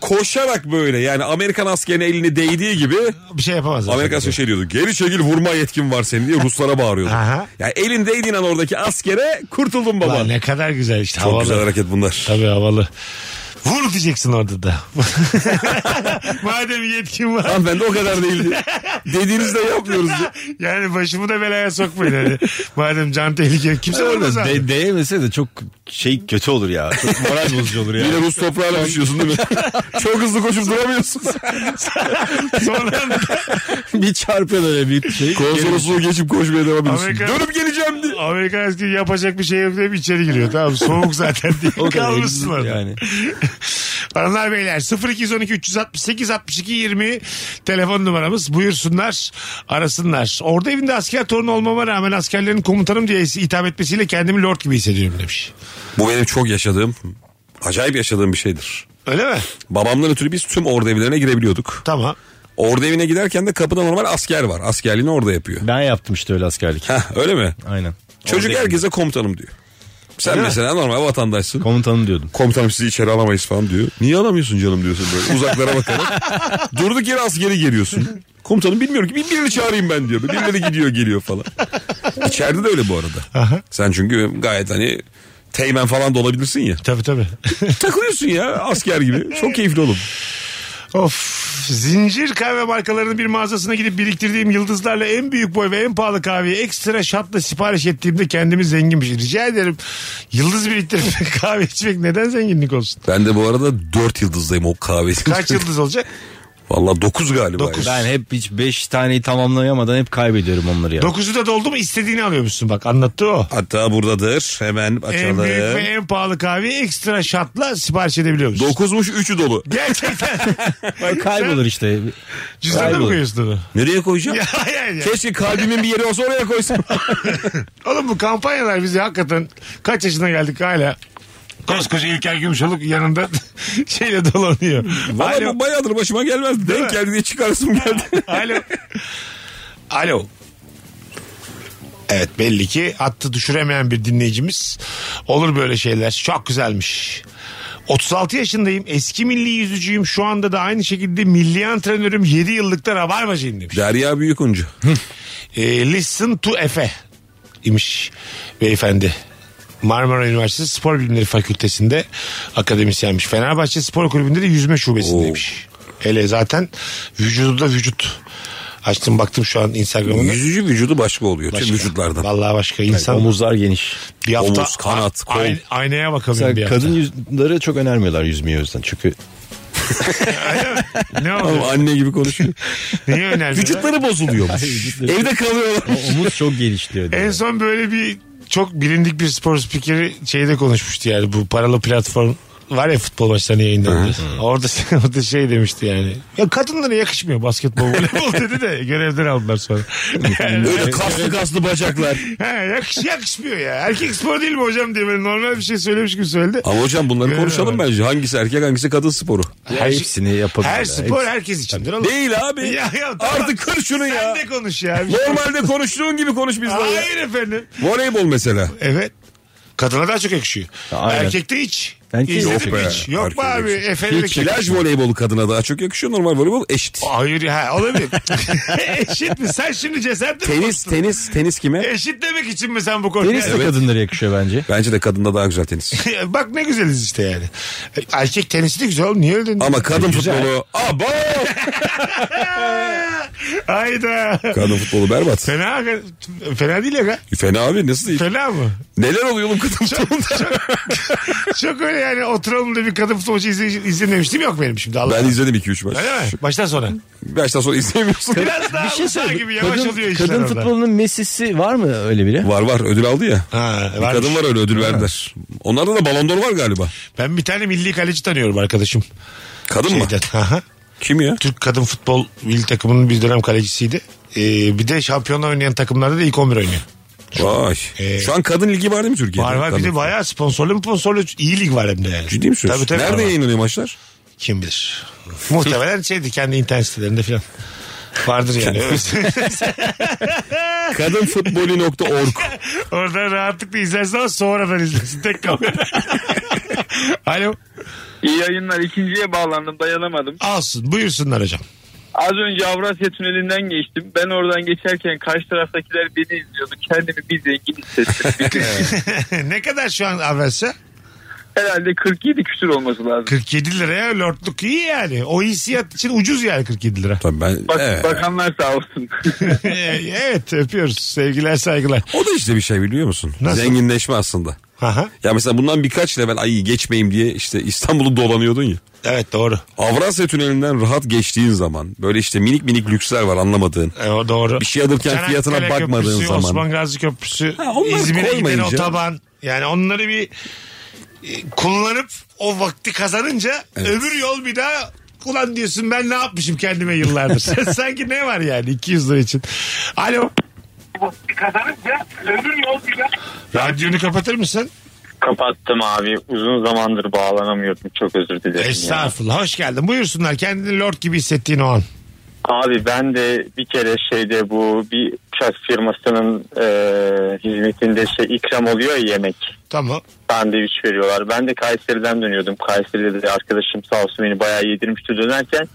S5: koşarak böyle yani Amerikan askerine elini değdiği gibi
S3: Bir şey yapamazlar.
S5: Amerikan şey diyordu. Geri çekil vurma yetkin var senin diye Ruslara bağırıyordu.
S3: Aha.
S5: Ya elin değdiğin an oradaki askere kurtuldun baba.
S3: Ulan ne kadar güzel işte
S5: Çok
S3: havalı.
S5: güzel hareket bunlar.
S3: Tabii havalı. Vur diyeceksin orada da. [laughs] Madem yetkin
S5: [laughs]
S3: var.
S5: Lan ben de o kadar değildi. Dediğinizde yapmıyoruz diye.
S3: yani başımı da belaya sokmayın. hani. Madem can tehlikeli. Kimse vurmaz abi.
S4: De, değmese de çok şey kötü olur ya. Çok [laughs] moral bozucu olur ya.
S5: Yine Rus toprağına düşüyorsun değil mi? Çok hızlı koşup duramıyorsun.
S3: Sonra
S4: bir çarpıyor öyle bir şey.
S5: Konsolosluğu geçip koşmaya devam ediyorsun.
S3: Amerika-
S5: Dönüp geleceğim diye.
S3: Amerikan askeri yapacak bir şey yok diye bir içeri giriyor. Tamam soğuk zaten diye.
S4: O kadar
S3: Kalmışsın
S4: egzotik
S3: orada.
S4: yani.
S3: [laughs] Hanımlar beyler 0212 368 62 20 telefon numaramız buyursunlar arasınlar. Orada evinde asker torunu olmama rağmen askerlerin komutanım diye hitap etmesiyle kendimi lord gibi hissediyorum demiş.
S5: Bu benim çok yaşadığım, acayip yaşadığım bir şeydir.
S3: Öyle mi?
S5: Babamdan ötürü biz tüm ordu evlerine girebiliyorduk.
S3: Tamam.
S5: Ordu evine giderken de kapıda normal asker var. Askerliğini orada yapıyor.
S4: Ben yaptım işte öyle askerlik.
S5: Heh, öyle mi?
S4: Aynen.
S5: Çocuk
S4: Oradaki
S5: herkese komutanım diyor. Sen mesela normal vatandaşsın.
S4: Komutanım diyordum.
S5: Komutanım sizi içeri alamayız falan diyor. Niye alamıyorsun canım diyorsun böyle uzaklara [laughs] bakarak. Durduk yere askeri geliyorsun. Komutanım bilmiyorum ki bir- birini çağırayım ben diyor. Birileri gidiyor geliyor falan. İçeride de öyle bu arada. Sen çünkü gayet hani teğmen falan da olabilirsin ya.
S3: Tabii tabii.
S5: Takılıyorsun ya asker gibi. Çok keyifli oğlum.
S3: Of zincir kahve markalarının bir mağazasına gidip biriktirdiğim yıldızlarla en büyük boy ve en pahalı kahveyi ekstra şartla sipariş ettiğimde kendimi zengin bir şey. Rica ederim yıldız biriktirip [laughs] kahve içmek neden zenginlik olsun?
S5: Ben de bu arada 4 yıldızdayım o kahvesi.
S3: Kaç yıldız olacak?
S5: Valla 9 galiba.
S3: Dokuz.
S5: ya.
S4: Ben hep hiç 5 taneyi tamamlayamadan hep kaybediyorum onları ya.
S3: Dokuzu da doldu mu istediğini alıyormuşsun bak anlattı o.
S5: Hatta buradadır. Hemen
S3: En büyük ve
S5: açalım.
S3: en pahalı kahveyi ekstra şartla sipariş edebiliyormuş.
S5: 9'muş 3'ü dolu.
S3: Gerçekten.
S4: Kaybolur işte.
S3: Cüzdanına mı
S4: Kaybolur.
S3: koyuyorsun onu? [laughs]
S5: Nereye koyacağım?
S3: Ya, ya, ya.
S5: Keşke kalbimin bir yeri olsa oraya koysam.
S3: Oğlum bu kampanyalar bizi hakikaten kaç yaşına geldik hala koskoca İlker Gümüşoluk yanında [laughs] şeyle dolanıyor.
S5: Valla
S3: Alo.
S5: bu bayağıdır başıma gelmezdi. Denk geldi diye çıkarsın geldi.
S3: Alo. Alo. Evet belli ki attı düşüremeyen bir dinleyicimiz. Olur böyle şeyler. Çok güzelmiş. 36 yaşındayım. Eski milli yüzücüyüm. Şu anda da aynı şekilde milli antrenörüm 7 yıllıkta rabarbacıyım demiş.
S5: [laughs] Derya Büyükuncu.
S3: E, listen to Efe imiş beyefendi. Marmara Üniversitesi Spor Bilimleri Fakültesi'nde akademisyenmiş. Fenerbahçe Spor Kulübü'nde de yüzme şubesindeymiş. Hele zaten vücudu da vücut. Açtım baktım şu an Instagram'ına.
S5: Yüzücü vücudu başka oluyor
S3: Başka.
S5: tüm vücutlardan.
S3: Vallahi başka insan.
S4: Omuzlar geniş.
S3: bir hafta
S5: omuz, kanat, kol.
S3: Ay- aynaya bakamıyorum bir
S4: Mesela
S3: hafta.
S4: kadın yüzleri çok önermiyorlar yüzmeyi o yüzden. Çünkü
S3: Ne
S5: Ama
S3: oldu?
S5: anne gibi konuşuyor.
S3: Niye önermiyorlar?
S5: Vücutları bozuluyormuş. Evde kalıyorlar.
S4: omuz çok geliştiriyor.
S3: En son böyle bir çok bilindik bir spor spikeri şeyde konuşmuştu yani bu paralı platform var ya futbol maçlarını yayınlandı. Orada, [laughs] orada şey demişti yani. Ya kadınlara yakışmıyor basketbol voleybol [laughs] dedi de görevden aldılar
S5: [laughs]
S3: sonra. Yani,
S5: Öyle kaslı kaslı bacaklar.
S3: [laughs] ha, yakış, yakışmıyor ya. Erkek spor değil mi hocam diye böyle normal bir şey söylemiş gibi söyledi.
S5: Ama hocam bunları
S3: Görüyorum.
S5: konuşalım bence. Hangisi erkek hangisi kadın sporu.
S4: her hepsini yapabilir.
S3: Her
S4: ya.
S3: spor herkes içindir oğlum.
S5: Değil
S3: [laughs]
S5: abi.
S3: Ya, ya, tamam.
S5: Artık kır şunu
S3: Sen
S5: ya.
S3: de konuş ya. Bir şey-
S5: Normalde konuştuğun gibi konuş bizle. ya.
S3: Hayır efendim.
S5: Voleybol mesela.
S3: Evet. Kadına daha çok yakışıyor.
S4: Aynen.
S3: Erkekte hiç.
S4: Ben ki
S3: İzledim
S5: Yok be.
S3: hiç. Yok mu
S5: Erkek
S3: abi?
S5: yakışıyor.
S3: Efelerlik
S5: Plaj voleybolu kadına daha çok yakışıyor normal voleybol eşit.
S3: Hayır ha olabilir. [laughs] Eşit mi? Sen şimdi cesaret mi
S5: Tenis
S3: konuştun?
S5: tenis tenis kime?
S3: Eşit demek için mi sen bu konuya?
S4: tenis de kadınlara yakışıyor bence.
S5: Bence de kadında daha güzel tenis.
S3: Bak ne güzeliz işte yani. Erkek tenisi de güzel oğlum. Niye öyle dedin?
S5: Ama kadın futbolu abo.
S3: Hayda.
S5: kadın futbolu berbat. E,
S3: Fena, aga. fena değil ya.
S5: Fena abi nasıl değil?
S3: Fena mı?
S5: Neler oluyor oğlum kadın futbolunda?
S3: Çok öyle yani oturalım da bir kadın futbolcu izle, izlememiştim yok benim şimdi. Allah.
S5: ben izledim 2-3 maç.
S3: Öyle mi? Baştan sona.
S5: Baştan sonra izleyemiyorsun.
S3: Biraz daha
S4: Bir şey
S3: şey
S4: söyleyeyim.
S3: gibi yavaş oluyor
S4: Kadın,
S3: işler
S4: kadın
S3: orada.
S4: futbolunun Messi'si var mı öyle biri?
S5: var var ödül aldı ya.
S3: Ha,
S5: bir
S3: varmış.
S5: kadın var öyle ödül verdiler. Onlarda da balon d'Or var galiba.
S3: Ben bir tane milli kaleci tanıyorum arkadaşım.
S5: Kadın mı?
S3: Şeyden. Aha.
S5: Kim ya?
S3: Türk kadın futbol milli takımının bir dönem kalecisiydi. Ee, bir de şampiyonla oynayan takımlarda da ilk 11 oynuyor.
S5: Vay.
S3: Ee,
S5: Şu an kadın ilgi var değil mi Türkiye'de?
S3: Var var bir
S5: Kadın.
S3: de bayağı sponsorlu mu sponsorlu iyi lig var hem de yani.
S5: Ciddi mi söylüyorsun?
S3: Tabii tabii.
S5: Nerede
S3: Nerede? [laughs]
S5: yayınlanıyor maçlar?
S3: Kim bilir. Muhtemelen şeydi kendi internet sitelerinde falan. Vardır yani.
S5: Kadınfutbolu.org
S3: [laughs] Orada rahatlıkla izlersin ama sonradan izlersin. Tek
S5: [laughs]
S3: kamera. Alo.
S9: İyi yayınlar. İkinciye bağlandım. Dayanamadım.
S3: Alsın. Buyursunlar hocam. [laughs]
S9: Az önce Avrasya Tüneli'nden geçtim. Ben oradan geçerken karşı taraftakiler beni izliyordu. Kendimi bir zengin hissettim.
S3: ne kadar şu an Avrasya?
S9: Herhalde 47 küsür olması lazım.
S3: 47 liraya lordluk iyi yani. O hissiyat için ucuz yani 47
S5: [laughs]
S3: lira.
S5: Tabii ben. Ee,
S9: Bak,
S5: Evet.
S9: Bakanlar sağ olsun. [laughs]
S3: evet öpüyoruz. Sevgiler saygılar.
S5: O da işte bir şey biliyor musun?
S3: Nasıl?
S5: Zenginleşme aslında.
S3: Aha.
S5: Ya mesela bundan birkaç level ayı geçmeyeyim diye işte İstanbul'u dolanıyordun ya.
S3: Evet doğru.
S5: Avrasya Tüneli'nden rahat geçtiğin zaman böyle işte minik minik lüksler var anlamadığın.
S3: E, o doğru.
S5: Bir şey alırken
S3: Çanakkale
S5: fiyatına bakmadığın
S3: Köprüsü,
S5: zaman.
S3: Osman Gazi Köprüsü,
S5: Ha, onları
S3: İzmir'e giden
S5: koymayınca.
S3: otoban. Yani onları bir e, kullanıp o vakti kazanınca öbür yol bir daha ulan diyorsun ben ne yapmışım kendime
S5: [laughs]
S3: yıllardır. [laughs] Sanki ne var yani 200 lira için. Alo.
S7: Kazanınca ömür yol
S3: Radyonu kapatır mısın?
S9: Kapattım abi. Uzun zamandır bağlanamıyordum. Çok özür dilerim.
S3: Estağfurullah. Hoş geldin. Buyursunlar. Kendini lord gibi hissettiğin o an.
S9: Abi ben de bir kere şeyde bu bir uçak firmasının e, hizmetinde şey ikram oluyor ya yemek.
S3: Tamam.
S9: Sandviç veriyorlar. Ben de Kayseri'den dönüyordum. Kayseri'de de arkadaşım sağ olsun beni bayağı yedirmişti dönerken.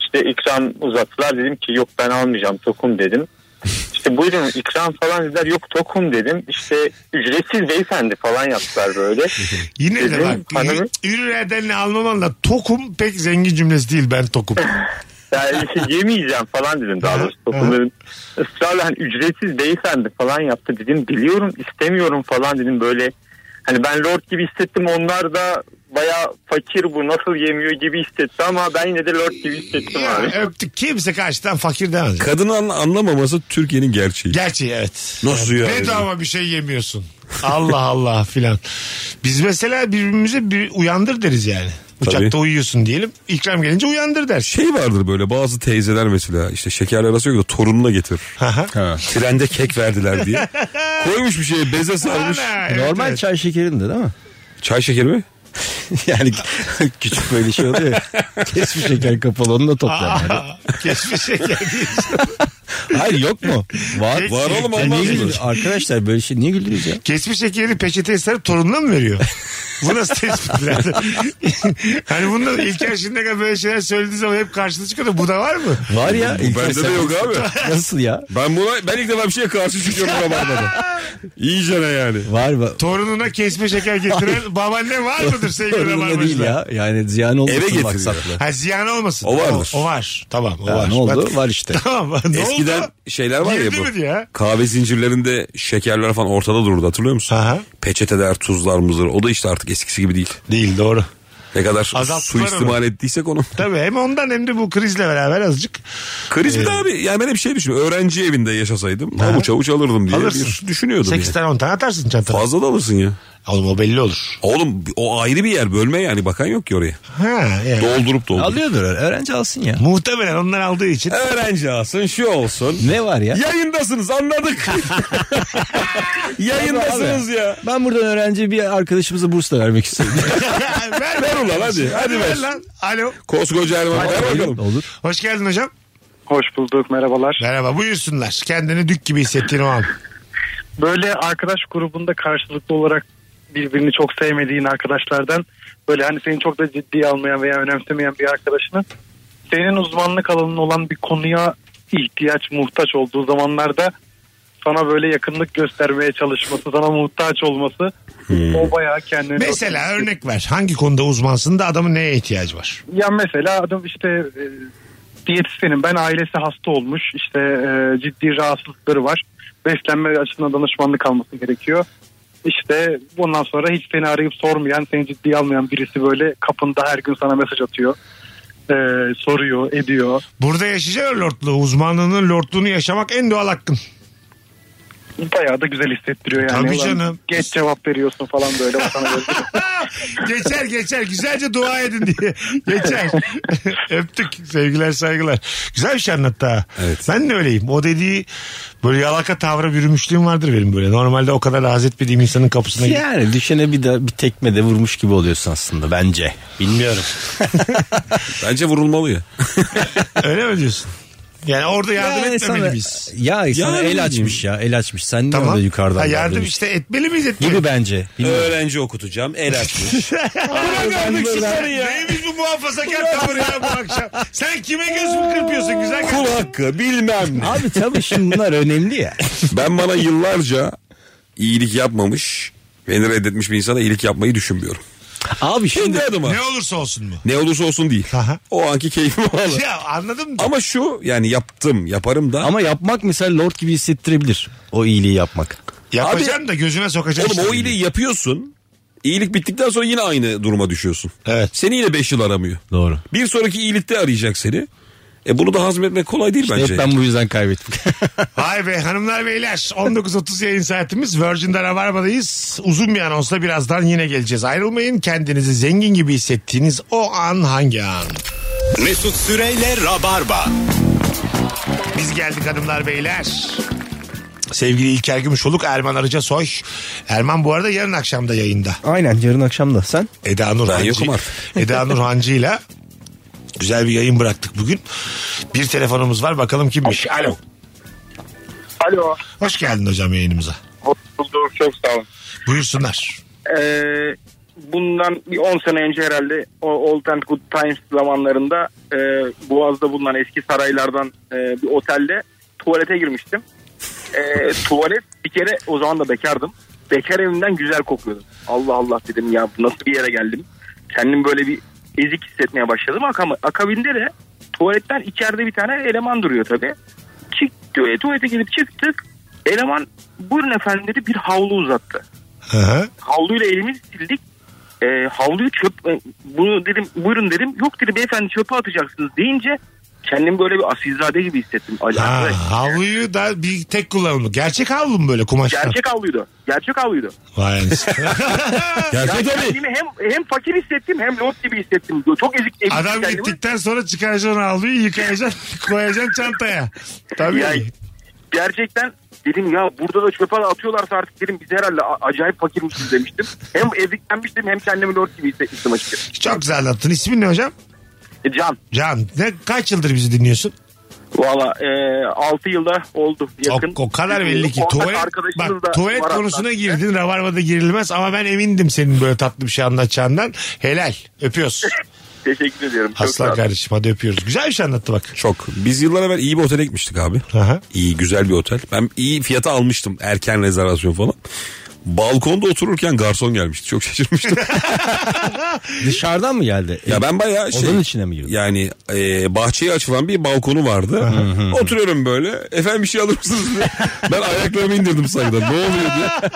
S9: işte ikram uzattılar. Dedim ki yok ben almayacağım tokum dedim. İşte buyurun ikram falan dediler. Yok tokum dedim. İşte ücretsiz beyefendi falan yaptılar böyle.
S3: Yine de
S9: Dedim,
S3: bak.
S9: hanımı-
S3: Ürün edenle anlaman da tokum pek zengin cümlesi değil ben
S9: [laughs]
S3: tokum.
S9: Yani işte şey yemeyeceğim falan dedim daha doğrusu.
S3: Hı hı.
S9: Toplumların ısrarla hani ücretsiz beyefendi falan yaptı dedim. Biliyorum istemiyorum falan dedim böyle. Hani ben lord gibi hissettim onlar da baya fakir bu nasıl yemiyor gibi hissetti ama ben yine de lord gibi hissettim
S3: Ya,
S9: abi.
S3: öptük. Kimse karşıdan fakir demez.
S5: Kadını anla- anlamaması Türkiye'nin gerçeği.
S3: Gerçi evet.
S5: Nasıl yani?
S3: Bedava bir şey yemiyorsun. Allah Allah filan. Biz mesela birbirimize bir uyandır deriz yani. Uçakta
S5: Tabii.
S3: uyuyorsun diyelim. İkram gelince uyandır der.
S5: Şey vardır böyle bazı teyzeler mesela işte şekerli arası yok da torununa getir.
S3: Aha.
S5: Trende kek
S3: [laughs]
S5: verdiler diye. Koymuş bir şeye beze sarmış.
S3: Ana, evet,
S4: Normal
S3: evet.
S4: çay şekerinde değil mi?
S5: Çay şekeri mi?
S4: [laughs] Yani küçük [laughs] böyle şey oluyor [laughs] ya. Kesmiş şeker kapalı onunla toplar. yani.
S3: Aa, Kesme şeker değil.
S4: Hayır yok mu? Var.
S3: Kek-
S5: Var oğlum
S4: Ya
S5: olmaz
S4: niye
S5: mı?
S4: güldür- Arkadaşlar böyle şey niye güldürüyoruz ya?
S3: Kesme şekeri peçeteye sarıp torununa mı veriyor? Bu nasıl tespit?
S5: [laughs]
S3: lan? hani bunlar İlker şimdi kadar böyle şeyler söylediği zaman hep karşılığı çıkıyor da bu da var mı?
S4: Var ya.
S5: Bu bende de yok abi.
S4: [laughs] Nasıl ya?
S5: Ben buna ben ilk defa bir şeye karşı çıkıyorum
S3: [laughs]
S5: Rabarba'da. İyice ne yani.
S4: Var var.
S3: Torununa kesme şeker getiren babaanne var mıdır sevgili
S4: Torununa değil
S3: rabarbacılar?
S4: ya. Yani ziyan olmasın
S5: Eve getiriyor.
S4: maksatla.
S3: Ha ziyan olmasın.
S5: O vardır.
S3: O, o var. Tamam o
S4: Ya
S3: var.
S4: ne oldu?
S3: Bak- [laughs]
S4: Var [laughs] işte.
S3: Tamam. Ne
S5: Eskiden
S3: oldu?
S5: şeyler var ya
S3: Girdi
S5: bu.
S3: mi diye?
S5: Kahve zincirlerinde şekerler falan ortada dururdu hatırlıyor musun?
S3: Aha.
S5: Peçeteler, tuzlar, muzlar o da işte artık eskisi gibi değil.
S3: Değil doğru.
S5: Ne kadar
S3: Azalttılar
S5: suistimal
S3: onu.
S5: ettiysek onu.
S3: Tabii hem ondan hem de bu krizle beraber azıcık
S5: Kriz bir de abi yani ben hep şey düşünüyorum. Öğrenci evinde yaşasaydım avuç avuç alırdım diye
S3: alırsın.
S5: bir düşünüyordum.
S3: 8
S5: yani.
S3: tane 10 tane atarsın çantana.
S5: Fazla da alırsın ya.
S3: Oğlum o belli olur.
S5: Oğlum o ayrı bir yer bölme yani bakan yok ki oraya.
S3: Ha, yani.
S5: Doldurup doldurup.
S4: Alıyordur. Öğrenci alsın ya.
S3: Muhtemelen onlar aldığı
S5: [laughs]
S3: için. [laughs]
S5: Öğrenci alsın şu olsun.
S4: Ne var ya?
S3: [laughs]
S5: Yayındasınız anladık. Yayındasınız ya.
S4: Ben buradan öğrenci bir arkadaşımıza burs da vermek istiyorum.
S3: ver,
S5: Ver ulan hadi. Hadi ver.
S3: lan. Alo.
S5: Koskoca Erman. Ver bakalım.
S4: Olur.
S3: Hoş geldin hocam.
S9: Hoş bulduk merhabalar.
S3: Merhaba buyursunlar. Kendini dük gibi hissettiğin o an.
S9: Böyle arkadaş grubunda karşılıklı olarak
S8: birbirini çok sevmediğin arkadaşlardan böyle hani seni çok da ciddiye almayan veya önemsemeyen bir arkadaşının senin uzmanlık alanın olan bir konuya ihtiyaç muhtaç olduğu zamanlarda sana böyle yakınlık göstermeye çalışması, sana muhtaç olması o bayağı kendini...
S3: Mesela örnek ver. Hangi konuda uzmansın da adamın neye ihtiyacı var?
S8: Ya mesela adam işte e, diyetisyenim ben ailesi hasta olmuş işte e, ciddi rahatsızlıkları var beslenme açısından danışmanlık alması gerekiyor. İşte bundan sonra hiç seni arayıp sormayan seni ciddiye almayan birisi böyle kapında her gün sana mesaj atıyor. E, soruyor ediyor.
S3: Burada yaşayacaksın lordluğu. Uzmanlığının lordluğunu yaşamak en doğal hakkın.
S8: Bayağı da güzel hissettiriyor yani.
S3: Tabii
S8: Ulan
S3: canım.
S8: Geç cevap veriyorsun falan
S3: [laughs]
S8: böyle. o sana böyle.
S3: Ah, geçer geçer. Güzelce dua edin diye. Geçer. [laughs] Öptük. Sevgiler saygılar. Güzel bir şey anlattı ha. Ben de öyleyim. O dediği böyle yalaka tavra bürümüşlüğüm vardır benim böyle. Normalde o kadar haz etmediğim insanın kapısına gidip.
S4: [laughs] Yani düşene bir de bir tekme de vurmuş gibi oluyorsun aslında bence. Bilmiyorum.
S5: Bence vurulmalı ya.
S3: Öyle mi diyorsun? Yani orada yardım etmemeli
S4: sana,
S3: miyiz?
S4: ya sana
S5: Yani
S4: el açmış ya el açmış. Sen ne orada yukarıdan
S3: Ha, yardım
S4: yardım
S3: işte etmeli miyiz etmeli
S4: Gibi bence. Bilmiyorum.
S5: Öğrenci okutacağım. El açmış.
S3: Neymiş bu muhafazakar tavır ya bu akşam? Sen kime gözünü kırpıyorsun güzel
S5: Kul
S3: kardeşim?
S5: hakkı bilmem ne.
S4: Abi tabii şimdi bunlar önemli ya.
S5: Ben bana yıllarca iyilik yapmamış, beni reddetmiş bir insana iyilik yapmayı düşünmüyorum.
S4: [laughs] Abi
S5: Kendi
S4: şimdi
S5: adıma.
S3: Ne olursa olsun mu?
S5: Ne olursa olsun değil.
S3: Aha.
S5: O anki keyfime bağlı.
S3: Ya anladım. da.
S5: Ama şu yani yaptım, yaparım da.
S4: Şey- ama yapmak mesela lord gibi hissettirebilir. O iyiliği yapmak.
S3: Yapacaksın da gözüne sokacaksın.
S5: Oğlum o
S3: işte.
S5: iyiliği yapıyorsun. İyilik bittikten sonra yine aynı duruma düşüyorsun.
S3: Evet.
S5: Seni yine 5 yıl aramıyor.
S4: Doğru.
S5: Bir sonraki iyilikte arayacak seni. E bunu da hazmetmek kolay değil
S4: İşte
S5: bence.
S4: hep ben bu yüzden kaybettim.
S3: Vay be hanımlar beyler 19.30 yayın saatimiz Virgin'de Rabarba'dayız. Uzun bir anonsla birazdan yine geleceğiz. Ayrılmayın kendinizi zengin gibi hissettiğiniz o an hangi an?
S2: Mesut Süreyle Rabarba.
S3: Biz geldik hanımlar beyler. Sevgili İlker Gümüşoluk, Erman Arıca Soy. Erman bu arada yarın akşam da yayında.
S4: Aynen yarın akşam da sen.
S3: Eda Nur
S5: Ben
S3: Hancı.
S5: yokum artık.
S3: Eda Nur Hancı'yla güzel bir yayın bıraktık bugün. Bir telefonumuz var bakalım kimmiş. Alo.
S9: Alo.
S3: Hoş geldin hocam yayınımıza.
S9: Hoş bulduk. Çok sağ olun.
S3: Buyursunlar.
S9: Ee, bundan bir 10 sene önce herhalde o Old and Good Times zamanlarında e, Boğaz'da bulunan eski saraylardan e, bir otelde tuvalete girmiştim. E, tuvalet bir kere o zaman da bekardım. Bekar evimden güzel kokuyordu. Allah Allah dedim ya bu nasıl bir yere geldim. Kendim böyle bir ezik hissetmeye başladım. Akam- akabinde de tuvaletten içeride bir tane eleman duruyor tabii. Çık, e, tuvalete girip çıktık. Eleman buyurun efendim dedi bir havlu uzattı
S3: Hı hı.
S9: havluyla elimizi sildik. E, havluyu çöp e, bunu dedim buyurun dedim. Yok dedi beyefendi çöpe atacaksınız deyince kendimi böyle bir asilzade gibi hissettim.
S3: Ha,
S9: Acayip.
S3: havluyu da bir tek kullanımlı. Gerçek havlu mu böyle kumaştan?
S9: Gerçek havluydu. Gerçek havluydu.
S3: Vay anasını.
S5: Gerçek
S9: Yani
S5: tabii.
S9: kendimi hem hem fakir hissettim hem lot gibi hissettim. Çok ezik ezik
S3: Adam
S9: kendimi.
S3: gittikten sonra çıkaracaksın havluyu yıkayacaksın [laughs] koyacaksın çantaya. Tabii.
S9: Ya, gerçekten dedim ya burada da çöpe atıyorlarsa artık dedim biz herhalde a- acayip fakirmişiz demiştim. Hem eziklenmiştim hem kendimi lord gibi hissetmiştim açıkçası.
S3: Çok güzel anlattın. İsmin ne hocam?
S9: E, Can
S3: Can. Ne, kaç yıldır bizi dinliyorsun?
S9: valla e, 6 yılda oldu yakın. Ee,
S3: O, o kadar belli ki.
S9: Ortak
S3: Tuvalet,
S9: arkadaşımız
S3: bak,
S9: da
S3: tuvalet
S9: var
S3: konusuna
S9: hatta.
S3: girdin. Rabarba'da girilmez ama ben emindim senin böyle tatlı bir şey anlatacağından. Helal.
S9: [laughs]
S3: Öpüyoruz.
S9: Teşekkür ediyorum. Çok sağ
S3: Aslan
S9: olun.
S3: kardeşim hadi öpüyoruz. Güzel bir şey anlattı bak.
S5: Çok. Biz yıllar evvel iyi bir otele gitmiştik abi.
S3: Aha.
S5: İyi güzel bir otel. Ben iyi fiyata almıştım erken rezervasyon falan. Balkonda otururken garson gelmişti.
S3: [laughs]
S5: Çok şaşırmıştım.
S4: Dışarıdan mı geldi? E,
S5: ya ben bayağı şey.
S4: Odanın içine mi girdin?
S5: Yani e, bahçeye açılan bir balkonu vardı. Oturuyorum böyle. Efendim bir şey alır mısınız diye. Ben ayaklarımı indirdim saygıdan. Ne oluyor diye.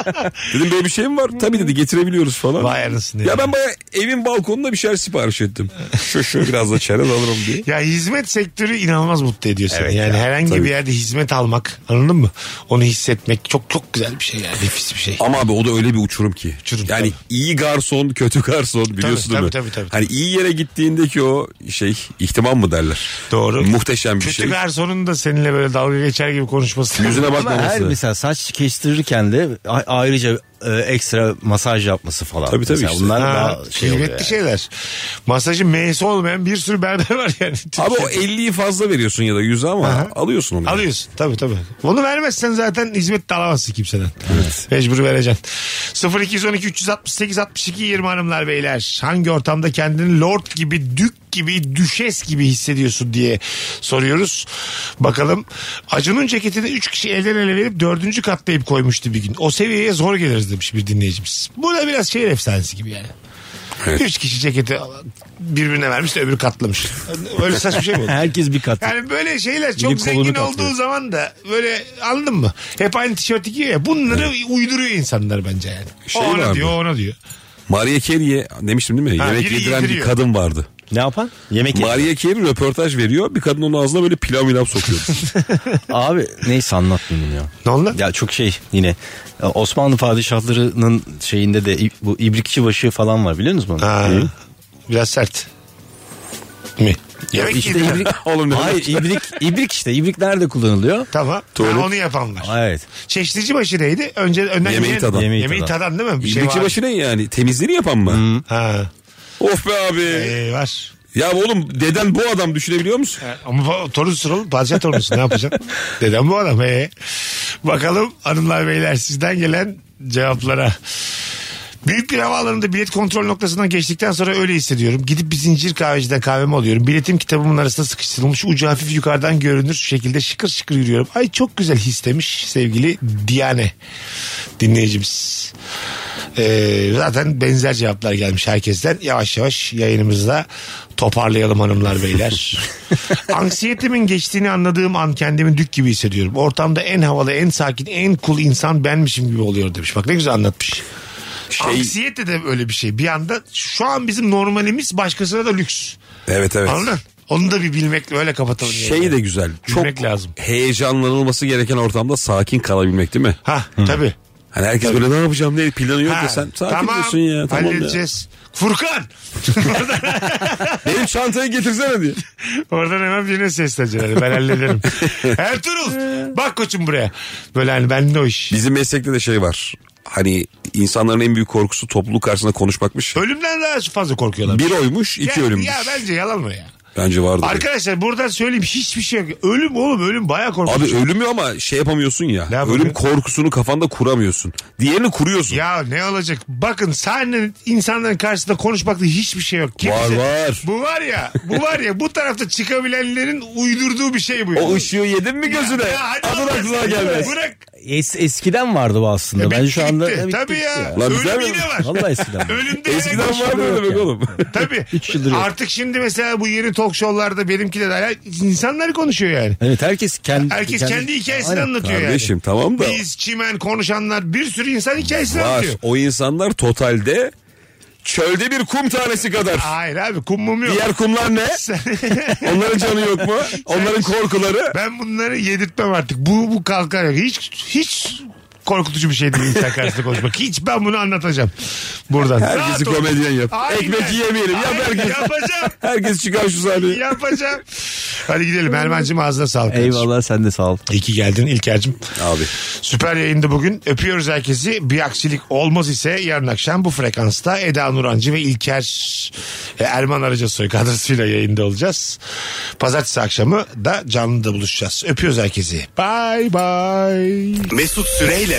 S5: Dedim böyle bir şey mi var? Tabii dedi getirebiliyoruz falan.
S3: Vay anasını ya.
S5: Ya ben bayağı evin balkonunda bir şeyler sipariş ettim. Şu şu biraz da çerez alırım diye.
S3: Ya hizmet sektörü inanılmaz mutlu ediyor seni. yani herhangi
S5: tabii.
S3: bir yerde hizmet almak anladın mı? Onu hissetmek çok çok güzel bir şey yani. Nefis bir şey.
S5: Ama abi o da öyle bir uçurum ki.
S3: Uçurum,
S5: yani
S3: tabii.
S5: iyi garson, kötü garson biliyorsun
S3: tabii,
S5: değil
S3: tabii,
S5: mi?
S3: tabii,
S5: Hani iyi yere gittiğindeki o şey ihtimam mı derler?
S3: Doğru.
S5: Muhteşem bir
S3: Kötü
S5: şey.
S3: garsonun da seninle böyle dalga geçer gibi konuşması.
S5: Yüzüne
S4: Ama her
S5: bakmaması.
S4: mesela saç kestirirken de a- ayrıca e, ekstra masaj yapması falan.
S5: Tabii, tabii
S4: Mesela
S5: işte.
S4: Bunlar
S3: [laughs] Ha,
S4: daha şey oluyor.
S3: kıymetli
S4: yani.
S3: şeyler. Masajın M'si olmayan bir sürü berber var yani.
S5: Abi o 50'yi fazla veriyorsun ya da 100'ü ama
S3: Aha.
S5: alıyorsun onu.
S3: Alıyorsun tabii tabii. Onu vermezsen zaten hizmet de alamazsın kimseden. Mecbur vereceksin. 0212 368 62 20 hanımlar beyler. Hangi ortamda kendini lord gibi, dük gibi, düşes gibi hissediyorsun diye soruyoruz. Bakalım Acun'un ceketini 3 kişi elden ele verip 4. katlayıp koymuştu bir gün. O seviyeye zor geliriz demiş bir dinleyicimiz. Bu da biraz şehir efsanesi gibi yani.
S5: Evet.
S3: Üç kişi ceketi birbirine vermiş de öbürü katlamış. Öyle saçma şey mi
S5: [laughs]
S3: olur?
S4: Herkes bir kat.
S3: Yani böyle şeyler çok
S4: Biri kolunu
S3: zengin
S4: katlıyor.
S3: olduğu zaman da böyle anladın mı? Hep aynı tişört giyiyor ya. Bunları uyduruyor insanlar bence yani.
S5: Şey
S3: o ona
S5: var mı?
S3: diyor, o ona diyor.
S5: Maria Carey'e demiştim değil mi?
S3: Ha,
S5: Yemek
S3: biri
S5: yediren bir
S3: yediriyor.
S5: kadın vardı.
S4: Ne yapan? Yemek ye-
S5: Maria Carey röportaj veriyor. Bir kadın onun ağzına böyle pilav
S3: [laughs]
S5: milav sokuyor.
S4: Abi neyse anlatmayayım ya.
S3: Ne oldu?
S4: Ya çok şey yine e, Osmanlı padişahlarının şeyinde de i- bu ibrikçi başı falan var biliyor musunuz bunu?
S3: Ha,
S4: Hı.
S3: biraz sert. Mi? Yemek
S4: İşte
S3: yediren.
S4: ibrik,
S5: Oğlum ne
S4: hayır ibrik, ibrik işte ibrik nerede kullanılıyor?
S3: Tamam.
S5: Tuvalet.
S3: Ha, onu yapan var.
S4: Evet.
S3: Çeşnici başı neydi? Önce önden
S5: Yemeği
S3: yiyen-
S5: tadan.
S3: Yemeği,
S4: Yemeği
S3: tadan. değil mi? Bir şey
S5: İbrikçi
S3: var.
S5: başı ne yani? Temizliğini yapan mı?
S3: Ha.
S5: Of be abi.
S3: Ee, var.
S5: Ya oğlum deden bu adam düşünebiliyor musun?
S3: Ama bu- torunusun oğlum. Padişah torunusun. ne yapacaksın? Dedem bu adam. Ee. Bakalım hanımlar beyler sizden gelen cevaplara. Büyük bir havaalanında bilet kontrol noktasından geçtikten sonra öyle hissediyorum. Gidip bir zincir kahveciden kahvemi alıyorum. Biletim kitabımın arasında sıkıştırılmış. Ucu hafif yukarıdan görünür şekilde şıkır şıkır yürüyorum. Ay çok güzel his demiş sevgili Diane dinleyicimiz. Ee, zaten benzer cevaplar gelmiş herkesten. Yavaş yavaş yayınımızda toparlayalım hanımlar
S5: [laughs]
S3: beyler. Anksiyetimin geçtiğini anladığım an kendimi dük gibi hissediyorum. Ortamda en havalı, en sakin, en cool insan benmişim gibi oluyor demiş. Bak ne güzel anlatmış.
S5: Şey-
S3: Anksiyete de öyle bir şey. Bir anda şu an bizim normalimiz başkasına da lüks.
S5: Evet evet.
S3: Anladın? Onu da bir bilmekle öyle kapatalım.
S5: Şey de güzel.
S3: Bilmek
S5: Çok
S3: lazım.
S5: heyecanlanılması gereken ortamda sakin kalabilmek değil mi?
S3: Ha tabii.
S5: Hani herkes böyle ne yapacağım ne planı yok ya sen sakin diyorsun ya tamam ya.
S3: halledeceğiz.
S5: [laughs]
S3: Furkan.
S5: Benim çantayı getirsene diye.
S3: Oradan hemen birine sesleneceksin. Hani ben
S5: [laughs]
S3: hallederim. Ertuğrul bak koçum buraya. Böyle hani bende o iş.
S5: Bizim meslekte de şey var. Hani insanların en büyük korkusu topluluk karşısında konuşmakmış.
S3: Ölümden daha fazla korkuyorlar.
S5: Bir oymuş iki
S3: ya,
S5: ölümmüş.
S3: Ya bence yalan mı ya?
S5: Bence vardı.
S3: Arkadaşlar buradan söyleyeyim hiçbir şey yok. Ölüm oğlum ölüm baya korkunç.
S5: Abi ölümü ama şey yapamıyorsun
S3: Ne
S5: ya.
S3: yapamıyor?
S5: Ölüm korkusunu kafanda kuramıyorsun. Diğerini kuruyorsun.
S3: Ya ne olacak? Bakın sahnenin insanların karşısında konuşmakta hiçbir şey yok.
S5: Var, var.
S3: Bu var ya, bu var ya bu tarafta çıkabilenlerin uydurduğu bir şey bu. ya.
S5: O ışığı yedin mi gözüne?
S3: Ya hadi
S5: Adın
S3: bırak.
S5: aklına gelmez.
S3: Bırak.
S4: Es, eskiden vardı bu aslında.
S3: Ya
S4: Bence
S3: bitti,
S4: şu anda
S3: E, bitti.
S4: Evet,
S3: Tabii
S4: bitti
S3: ya.
S5: Lan
S3: Ölüm
S5: güzel mi?
S3: yine var. [laughs]
S4: Vallahi eskiden. vardı.
S3: Ölümde
S5: Eskiden
S3: yine-
S5: var böyle demek oğlum.
S3: Tabii.
S4: Üç yıldır yok.
S3: Artık şimdi mesela bu yeni talk show'larda benimkiler hala insanlar konuşuyor yani.
S4: Evet herkes kendi
S3: Herkes kendi, hikayesini
S4: Aynen.
S3: anlatıyor
S5: Kardeşim
S3: yani.
S5: tamam da
S3: Biz, çimen, konuşanlar bir sürü insan hikayesini
S5: var.
S3: anlatıyor.
S5: O insanlar totalde çölde bir kum tanesi kadar.
S3: Hayır abi kum mum yok. [laughs]
S5: Diğer kumlar ne? Onların canı yok mu? Onların korkuları.
S3: Ben bunları yedirtmem artık. Bu bu kalkar. yok. Hiç hiç korkutucu bir şey değil insan karşısında konuşmak. Hiç ben bunu anlatacağım. Buradan.
S5: Herkesi
S3: Rahat olun.
S5: komedyen yap.
S3: Aynen.
S5: Ekmek yiyemeyelim. Yap
S3: Aynen,
S5: herkes.
S3: Yapacağım.
S5: Herkes çıkar şu sahneye.
S3: yapacağım. Hadi gidelim. Erman'cığım ağzına sağlık.
S4: Eyvallah sen de sağ ol.
S3: İyi ki geldin İlker'cim.
S5: Abi.
S3: Süper yayında bugün. Öpüyoruz herkesi. Bir aksilik olmaz ise yarın akşam bu frekansta Eda Nurancı ve İlker e, Erman Arıcasoy kadrosuyla yayında olacağız. Pazartesi akşamı da canlıda buluşacağız. Öpüyoruz herkesi. Bye bye.
S2: Mesut Süreyle